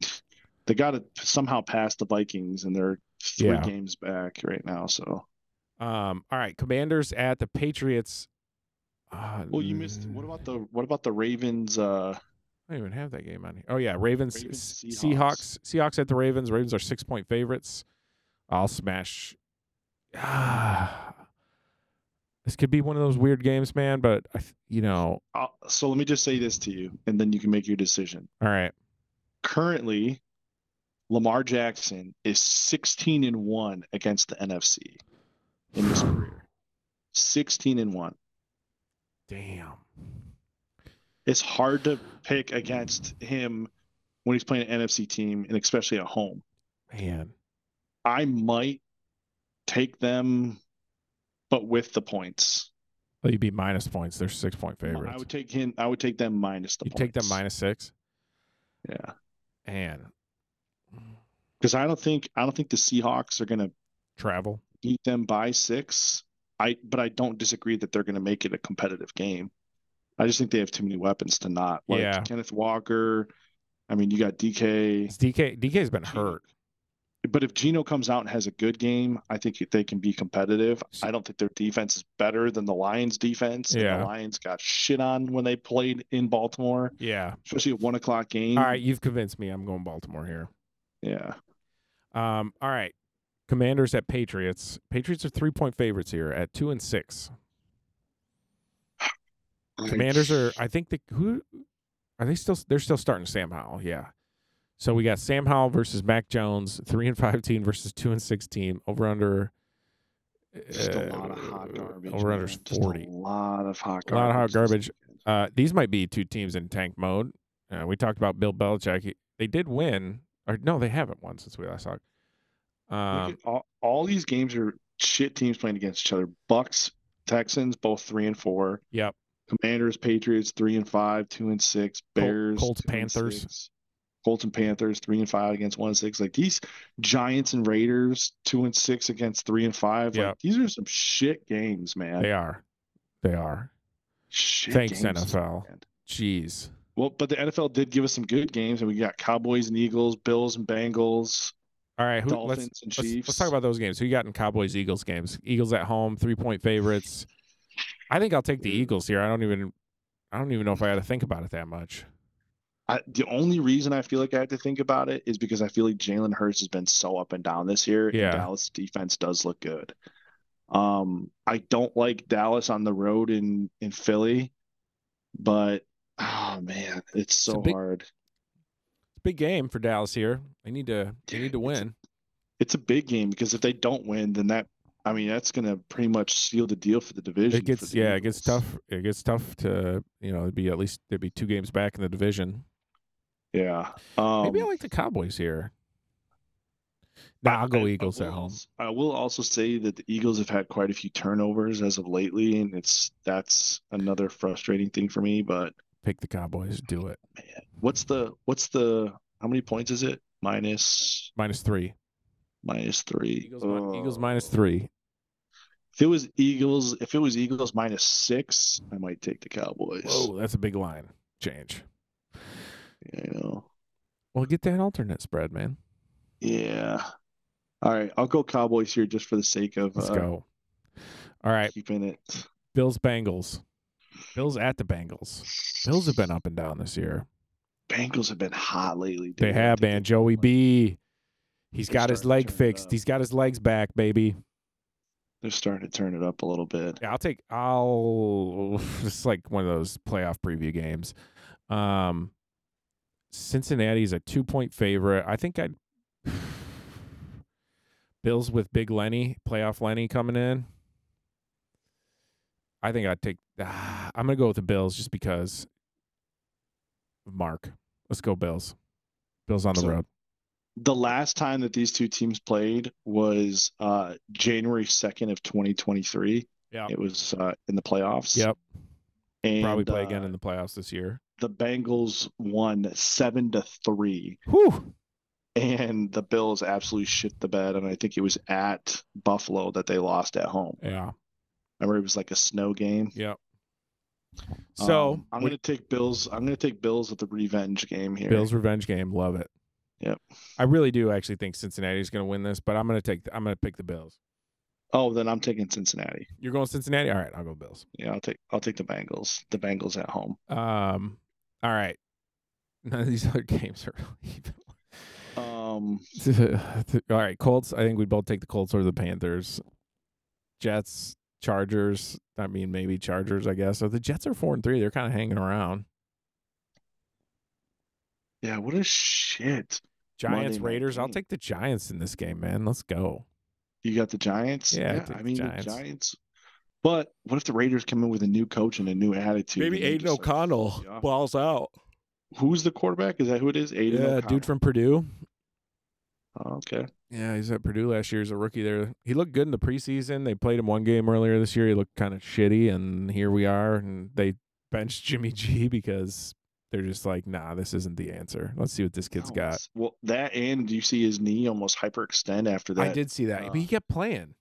to They got to somehow pass the Vikings, and they're three
Yeah.
games back right now. So,
Um, all right, Commanders at the Patriots. Uh,
well, you missed. What
mm,
about the what about the Ravens? Uh,
I don't even have that game on here. Oh yeah, Ravens,
Ravens,
S- Seahawks.
Seahawks.
Seahawks at the Ravens. Ravens are six point favorites. I'll smash. Ah, this could be one of those weird games, man. But I, th- you know,
uh, so let me just say this to you, and then you can make your decision.
all right.
Currently, Lamar Jackson is sixteen and one against the NFC in his career. Sixteen and one.
Damn.
It's hard to pick against him when he's playing an NFC team, and especially at home.
Man.
I might take them, but with the points.
Well, you'd be minus points. They're six point favorites.
I would take him. I would take them minus the.
you take them
points.
minus six.
Yeah,
And
because I don't think I don't think the Seahawks are going to
travel.
beat them by six. I but I don't disagree that they're going to make it a competitive game. I just think they have too many weapons to not. Like
Yeah.
Kenneth Walker. I mean, you got DK.
It's DK DK's been
Geno-
hurt.
But if Gino comes out and has a good game, I think they can be competitive.
So-
I don't think their defense is better than the Lions' defense. and
Yeah.
the Lions got shit on when they played in Baltimore,
Yeah.
especially a one o'clock game.
All right, you've convinced me. I'm going Baltimore here.
Yeah.
Um, all right. Commanders at Patriots. Patriots are three point favorites here at two and six. Commanders are I think the who are they still they're still starting Sam Howell, yeah. So we got Sam Howell versus Mac Jones, three and five team versus two and six team, over under
Just a
uh,
lot of hot garbage.
Over under
man.
is
Just
forty.
A lot of hot
A
garbage.
lot of hot
this
garbage. Uh, these might be two teams in tank mode. Uh, we talked about Bill Belichick. He- they did win, or no, they haven't won since we last talked.
Look
Um,
at all, all these games are shit teams playing against each other. Bucks, Texans, both three and four.
yep.
Commanders, Patriots, three and five, two and six.
Col-
Bears,
Colts,
two and
Panthers.
six. Colts and Panthers, three and five against one and six. Like these Giants and Raiders, two and six against three and five.
Yeah.
Like these are some shit games, man.
They are. They are.
Shit
Thanks,
games,
NFL.
man.
Jeez.
Well, but the NFL did give us some good games, and we got Cowboys and Eagles, Bills and Bengals,
All right. Who,
Dolphins
let's,
and
let's,
Chiefs.
let's talk about those games. Who you got in Cowboys Eagles games? Eagles at home, three point favorites. I think I'll take the Eagles here. I don't even. I don't even know if I got to think about it that much.
I, the only reason I feel like I have to think about it is because I feel like Jalen Hurts has been so up and down this year,
Yeah.
and Dallas defense does look good. Um, I don't like Dallas on the road in in Philly, but oh man, it's
a
so
big-
hard.
Big game for Dallas here. They need to. They
Yeah,
need to
it's-
win.
It's a big game because if they don't win, then that I mean that's gonna pretty much seal the deal for the division.
It
for
gets
the
yeah, it gets
Eagles.
tough. It gets tough to you know it'd be at least there'd be two games back in the division.
Yeah. Um,
Maybe I like the Cowboys here. Nah, I'll go
I- I
Eagles at
will
home.
als- I will also say that the Eagles have had quite a few turnovers as of lately, and it's that's another frustrating thing for me. But
Pick the Cowboys. Do it.
what's the what's the how many points is it? Minus
Minus three.
minus three.
Eagles, mi- Eagles
Ugh.
minus three.
If it was Eagles, if it was Eagles minus six, I might take the Cowboys.
Whoa, that's a big line change.
You know,
Well, get that alternate spread, man.
yeah. All right, I'll go Cowboys here just for the sake of
Let's
uh,
go. All right,
keeping it.
Bills Bengals. Bills at the Bengals. Bills have been up and down this year.
Bengals have been hot lately. Dude.
They
I
have,
think they've
man.
been
Joey
playing-
B. He's
They're
got his
starting to
leg
turn it
fixed.
up.
He's got his legs back, baby.
They're starting to turn it up a little bit.
Yeah, I'll take. I'll. It's like one of those playoff preview games. Um, Cincinnati's a two point favorite. I think I'd. Bills with Big Lenny, playoff Lenny coming in. I think I'd take. I'm gonna go with the Bills just because. of Mark, let's go Bills. Bills on the
So-
road.
the last time that these two teams played was uh January 2nd of 2023.
Yeah.
It was uh in the playoffs.
Yep,
And
probably play again
uh,
in the playoffs this year.
the Bengals won 7 to 3
Whew.
and the Bills absolutely shit the bed and I think it was at Buffalo that they lost at home.
Yeah.
I remember it was like a snow game.
Yep. So
Um, I'm
we-
going to take Bills I'm going to take Bills with the revenge game here.
Bills revenge game. Love it.
Yep.
I really do actually think Cincinnati's going to win this, but I'm going to take the, I'm going to pick the Bills.
Oh, then I'm taking Cincinnati.
You're going Cincinnati? All right, I'll go Bills.
Yeah, I'll take I'll take the Bengals. The Bengals at home.
Um all right. None of these other games are really even.
Um,
All right, Colts. I think we both take the Colts or the Panthers. Jets, Chargers. I mean, maybe Chargers. I guess. So the Jets are four and three. They're kind of hanging around.
yeah, what a shit.
Giants,
Monday night mm.
Raiders. I'll
game.
take the Giants in this game, man. Let's go.
You got the Giants.
Yeah, I take
I
the
mean
Giants.
the Giants. But what if the Raiders come in with a new coach and a new attitude? and they just, like, yeah.
balls out.
Who's the quarterback? Is that who it is? Aiden
yeah,
O'Connell.
dude from Purdue.
Oh, okay.
Yeah, he's at Purdue last year as a rookie. There, he looked good in the preseason. They played him one game earlier this year. He looked kind of shitty, and here we are. And they benched Jimmy G because they're just like, nah, this isn't the answer. Let's see what this kid's
No,
got.
it's- Well, that and do you see his knee almost hyperextend after that?
I did see that,
uh,
but he kept playing.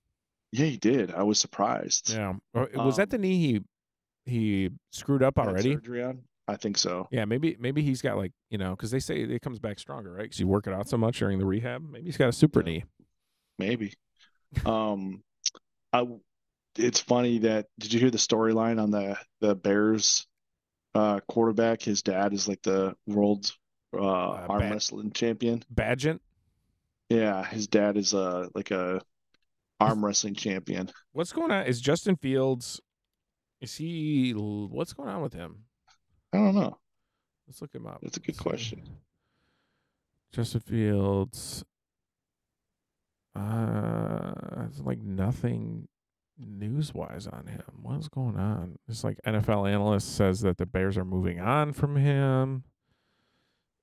Yeah, he did. I was surprised.
Yeah, Or- was that the
um,
knee he he screwed up
Had
already?
surgery on? I think so.
Yeah, maybe maybe he's got like you know because they say it comes back stronger, right? Because you work it out so much during the rehab. Maybe he's got a super
Yeah.
knee.
Maybe. Um, I. It's funny that did you hear the storyline on the the Bears uh, quarterback? His dad is like the world uh, arm
Bat-
wrestling champion.
Badgent.
Yeah, his dad is uh like a arm wrestling champion.
What's going on? Is Justin Fields? Is he? What's going on with him?
I don't know.
Let's look him up.
That's a good
Let's see.
question.
Justin Fields. Uh, it's like nothing news wise on him. What's going on? It's like NFL analyst says that the Bears are moving on from him.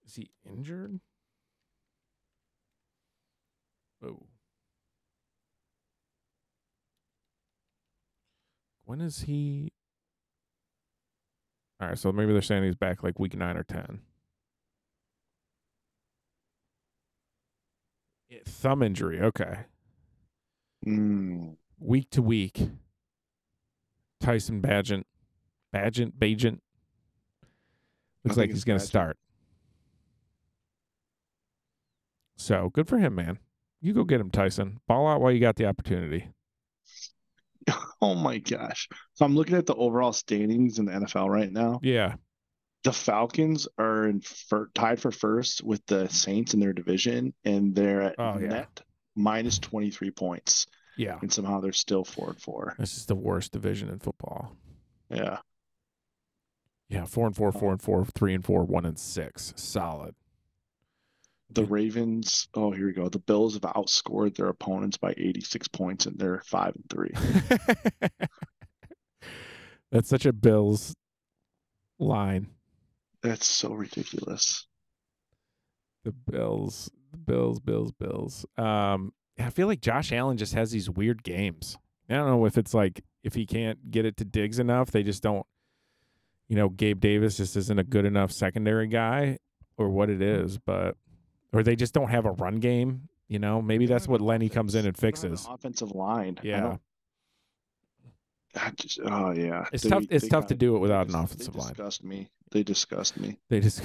Is he injured? Oh. When is he? All right, so maybe they're saying he's back like week nine or 10. Yeah, Thumb injury. Okay. Hmm.
Mm,
Week to week. Tyson Badgent. Badgent, Badgent. Looks
think
like
it's
he's going to
Badgett.
start. So good for him, man. You go get him, Tyson. Ball out while you got the opportunity.
oh my gosh. So I'm looking at the overall standings in the NFL right now.
Yeah.
The Falcons are in fir- tied for first with the Saints in their division, and they're at
Oh, yeah.
net minus 23 points,
Yeah.
and somehow they're still four and four.
This is the worst division in football.
Yeah,
Yeah. Four and four, four and four, three and four, one and six. Solid.
the
Yeah.
Ravens. Oh, here we go. The Bills have outscored their opponents by 86 points, and they're five and three.
That's such a Bills line.
That's so ridiculous.
The Bills, the Bills, Bills, Bills. Um, I feel like Josh Allen just has these weird games. I don't know if it's like if he can't get it to Diggs enough, they just don't. You know, Gabe Davis just isn't a good enough secondary guy, or what it is, but or they just don't have a run game. You know, maybe that's what Lenny comes in and
They don't have an
fixes.
offensive line. I
Yeah,
don't- I just, oh yeah.
It's tough- it's tough to
kinda-
do it
they
without an
dis-
offensive
they
line.
Disgust me. They disgust me.
they just.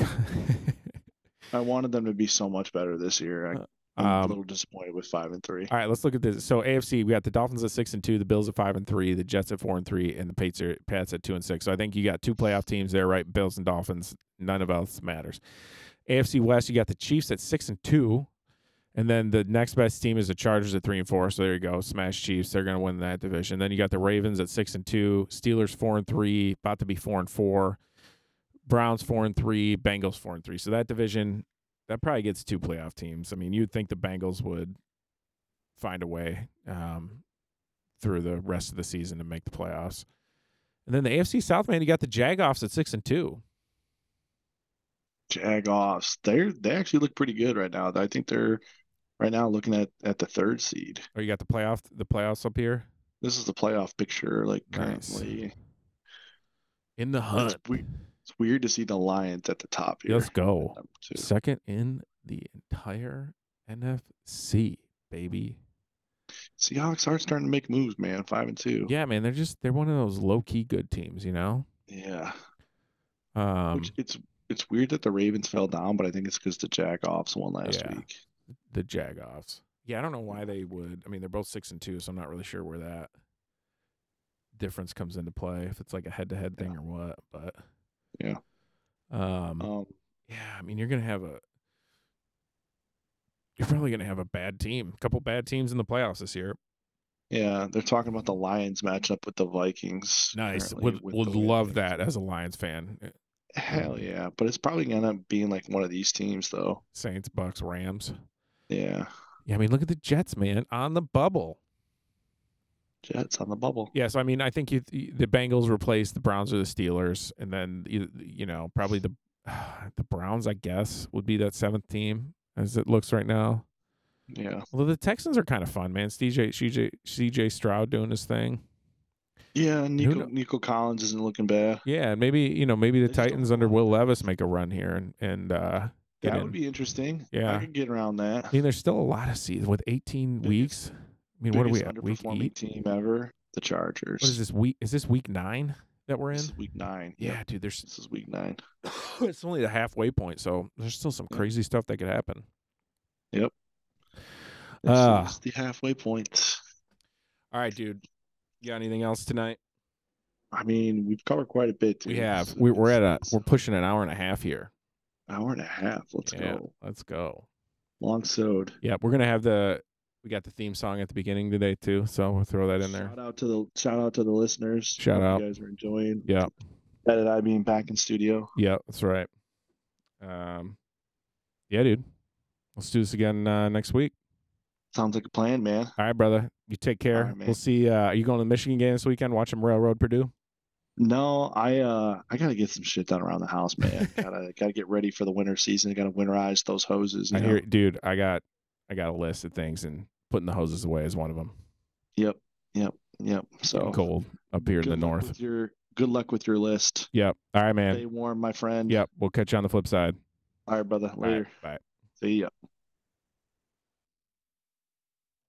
I wanted them to be so much better this year. I, I'm a
Um,
little disappointed with five and three.
All right, let's look at this. So AFC, we got the Dolphins at six and two, the Bills at five and three, the Jets at four and three, and the Pats, are, Pats at two and six. So I think you got two playoff teams there, right? Bills and Dolphins. None of else matters. AFC West, you got the Chiefs at six and two, and then the next best team is the Chargers at three and four. So there you go, smash Chiefs. They're going to win that division. Then you got the Ravens at six and two, Steelers four and three, about to be four and four, Browns four and three, Bengals four and three. So that division, that probably gets two playoff teams. I mean, you'd think the Bengals would find a way um, through the rest of the season to make the playoffs. And then the AFC South, man, you got the Jagoffs at six and two.
Jagoffs. They're they actually look pretty good right now. I think they're right now looking at at the third seed.
Or Oh, you got the playoff, the playoffs up here
This is the playoff picture. Like
Nice.
currently,
in the hunt.
It's, we- it's weird to see the Lions at the top here.
Let's go.
Number two.
Second in the entire NFC, baby.
Seahawks are starting to make moves, man. Five and two.
Yeah, man, they're just they're one of those low key good teams, you know.
Yeah.
Um,
Which it's it's weird that the Ravens fell down, but I think it's because the Jackoffs won last
Yeah.
week.
the Jagoffs. Yeah, I don't know why they would. I mean, they're both six and two, so I'm not really sure where that difference comes into play. If it's like a head to head thing or what, but
Yeah.
um,
Um,
yeah. I mean, you're gonna have a you're probably gonna have a bad team, couple bad teams in the playoffs this year.
yeah, they're talking about the Lions matchup with the Vikings.
Nice,
apparently,
would
with
would
the way
love
things-
that as a Lions fan. Eh,
Hell yeah, but it's probably gonna end up being like one of these teams though.
Saints, Bucks, Rams.
Yeah,
Yeah, I mean, look at the Jets, man, on the bubble.
Jets on the bubble.
Yes, I mean I think you, the Bengals replace the Browns or the Steelers, and then you, you know probably the the Browns I guess would be that seventh team as it looks right now.
Yeah,
Although the Texans are kind of fun, man. It's DJ CJ CJ Stroud doing his thing.
yeah. Nico
kno-
Nico Collins isn't looking bad.
Yeah, and maybe you know maybe the
They still
Titans under Will Levis make a run here and and uh, get
That
in.
would be interesting.
Yeah.
I could get around that.
I mean, there's still a lot of season with 18
Biggest-
weeks. I mean, what are we
Biggest
at? Week
underperforming
eight?
team ever? The Chargers.
What is this week? Is this week nine that we're in?
This is week nine. Yep,
Yeah, dude. There's
This is week nine.
it's only the halfway point, so there's still some
Yeah.
crazy stuff that could happen.
This
Ah.
is the halfway point.
All right, dude. You got anything else tonight?
I mean, we've covered quite a bit.
We
dude.
have.
It's-
We, we're at a.
it's
We're pushing an hour and a half here.
an hour and a half. Let's
yeah,
go.
let's go.
Long sewed.
Yeah, we're gonna have the. We got the theme song at the beginning today too, so we'll throw that in there.
Shout out to the shout out to the listeners.
Shout
Hope
out.
You guys are enjoying.
Yeah,
That and I being back in studio.
yeah, that's right. Um, yeah, dude. Let's do this again uh, next week.
Sounds like a plan, man.
All right, brother. You take care.
right, man.
we'll see. Uh, are you going to the Michigan game this weekend? Watch them railroad Purdue.
No, I uh I gotta get some shit done around the house, man. gotta gotta get ready for the winter season. gotta winterize those hoses. You
I
know?
hear, dude. I got, I got a list of things, and putting the hoses away is one of them.
Yep, yep, yep. So
cold up here in
good
the
luck
north.
With your good luck with your list.
Yep. All right,
Stay
man.
warm, my friend.
Yep. We'll catch you on the flip side.
All right, brother.
All right.
Later.
Bye.
See ya.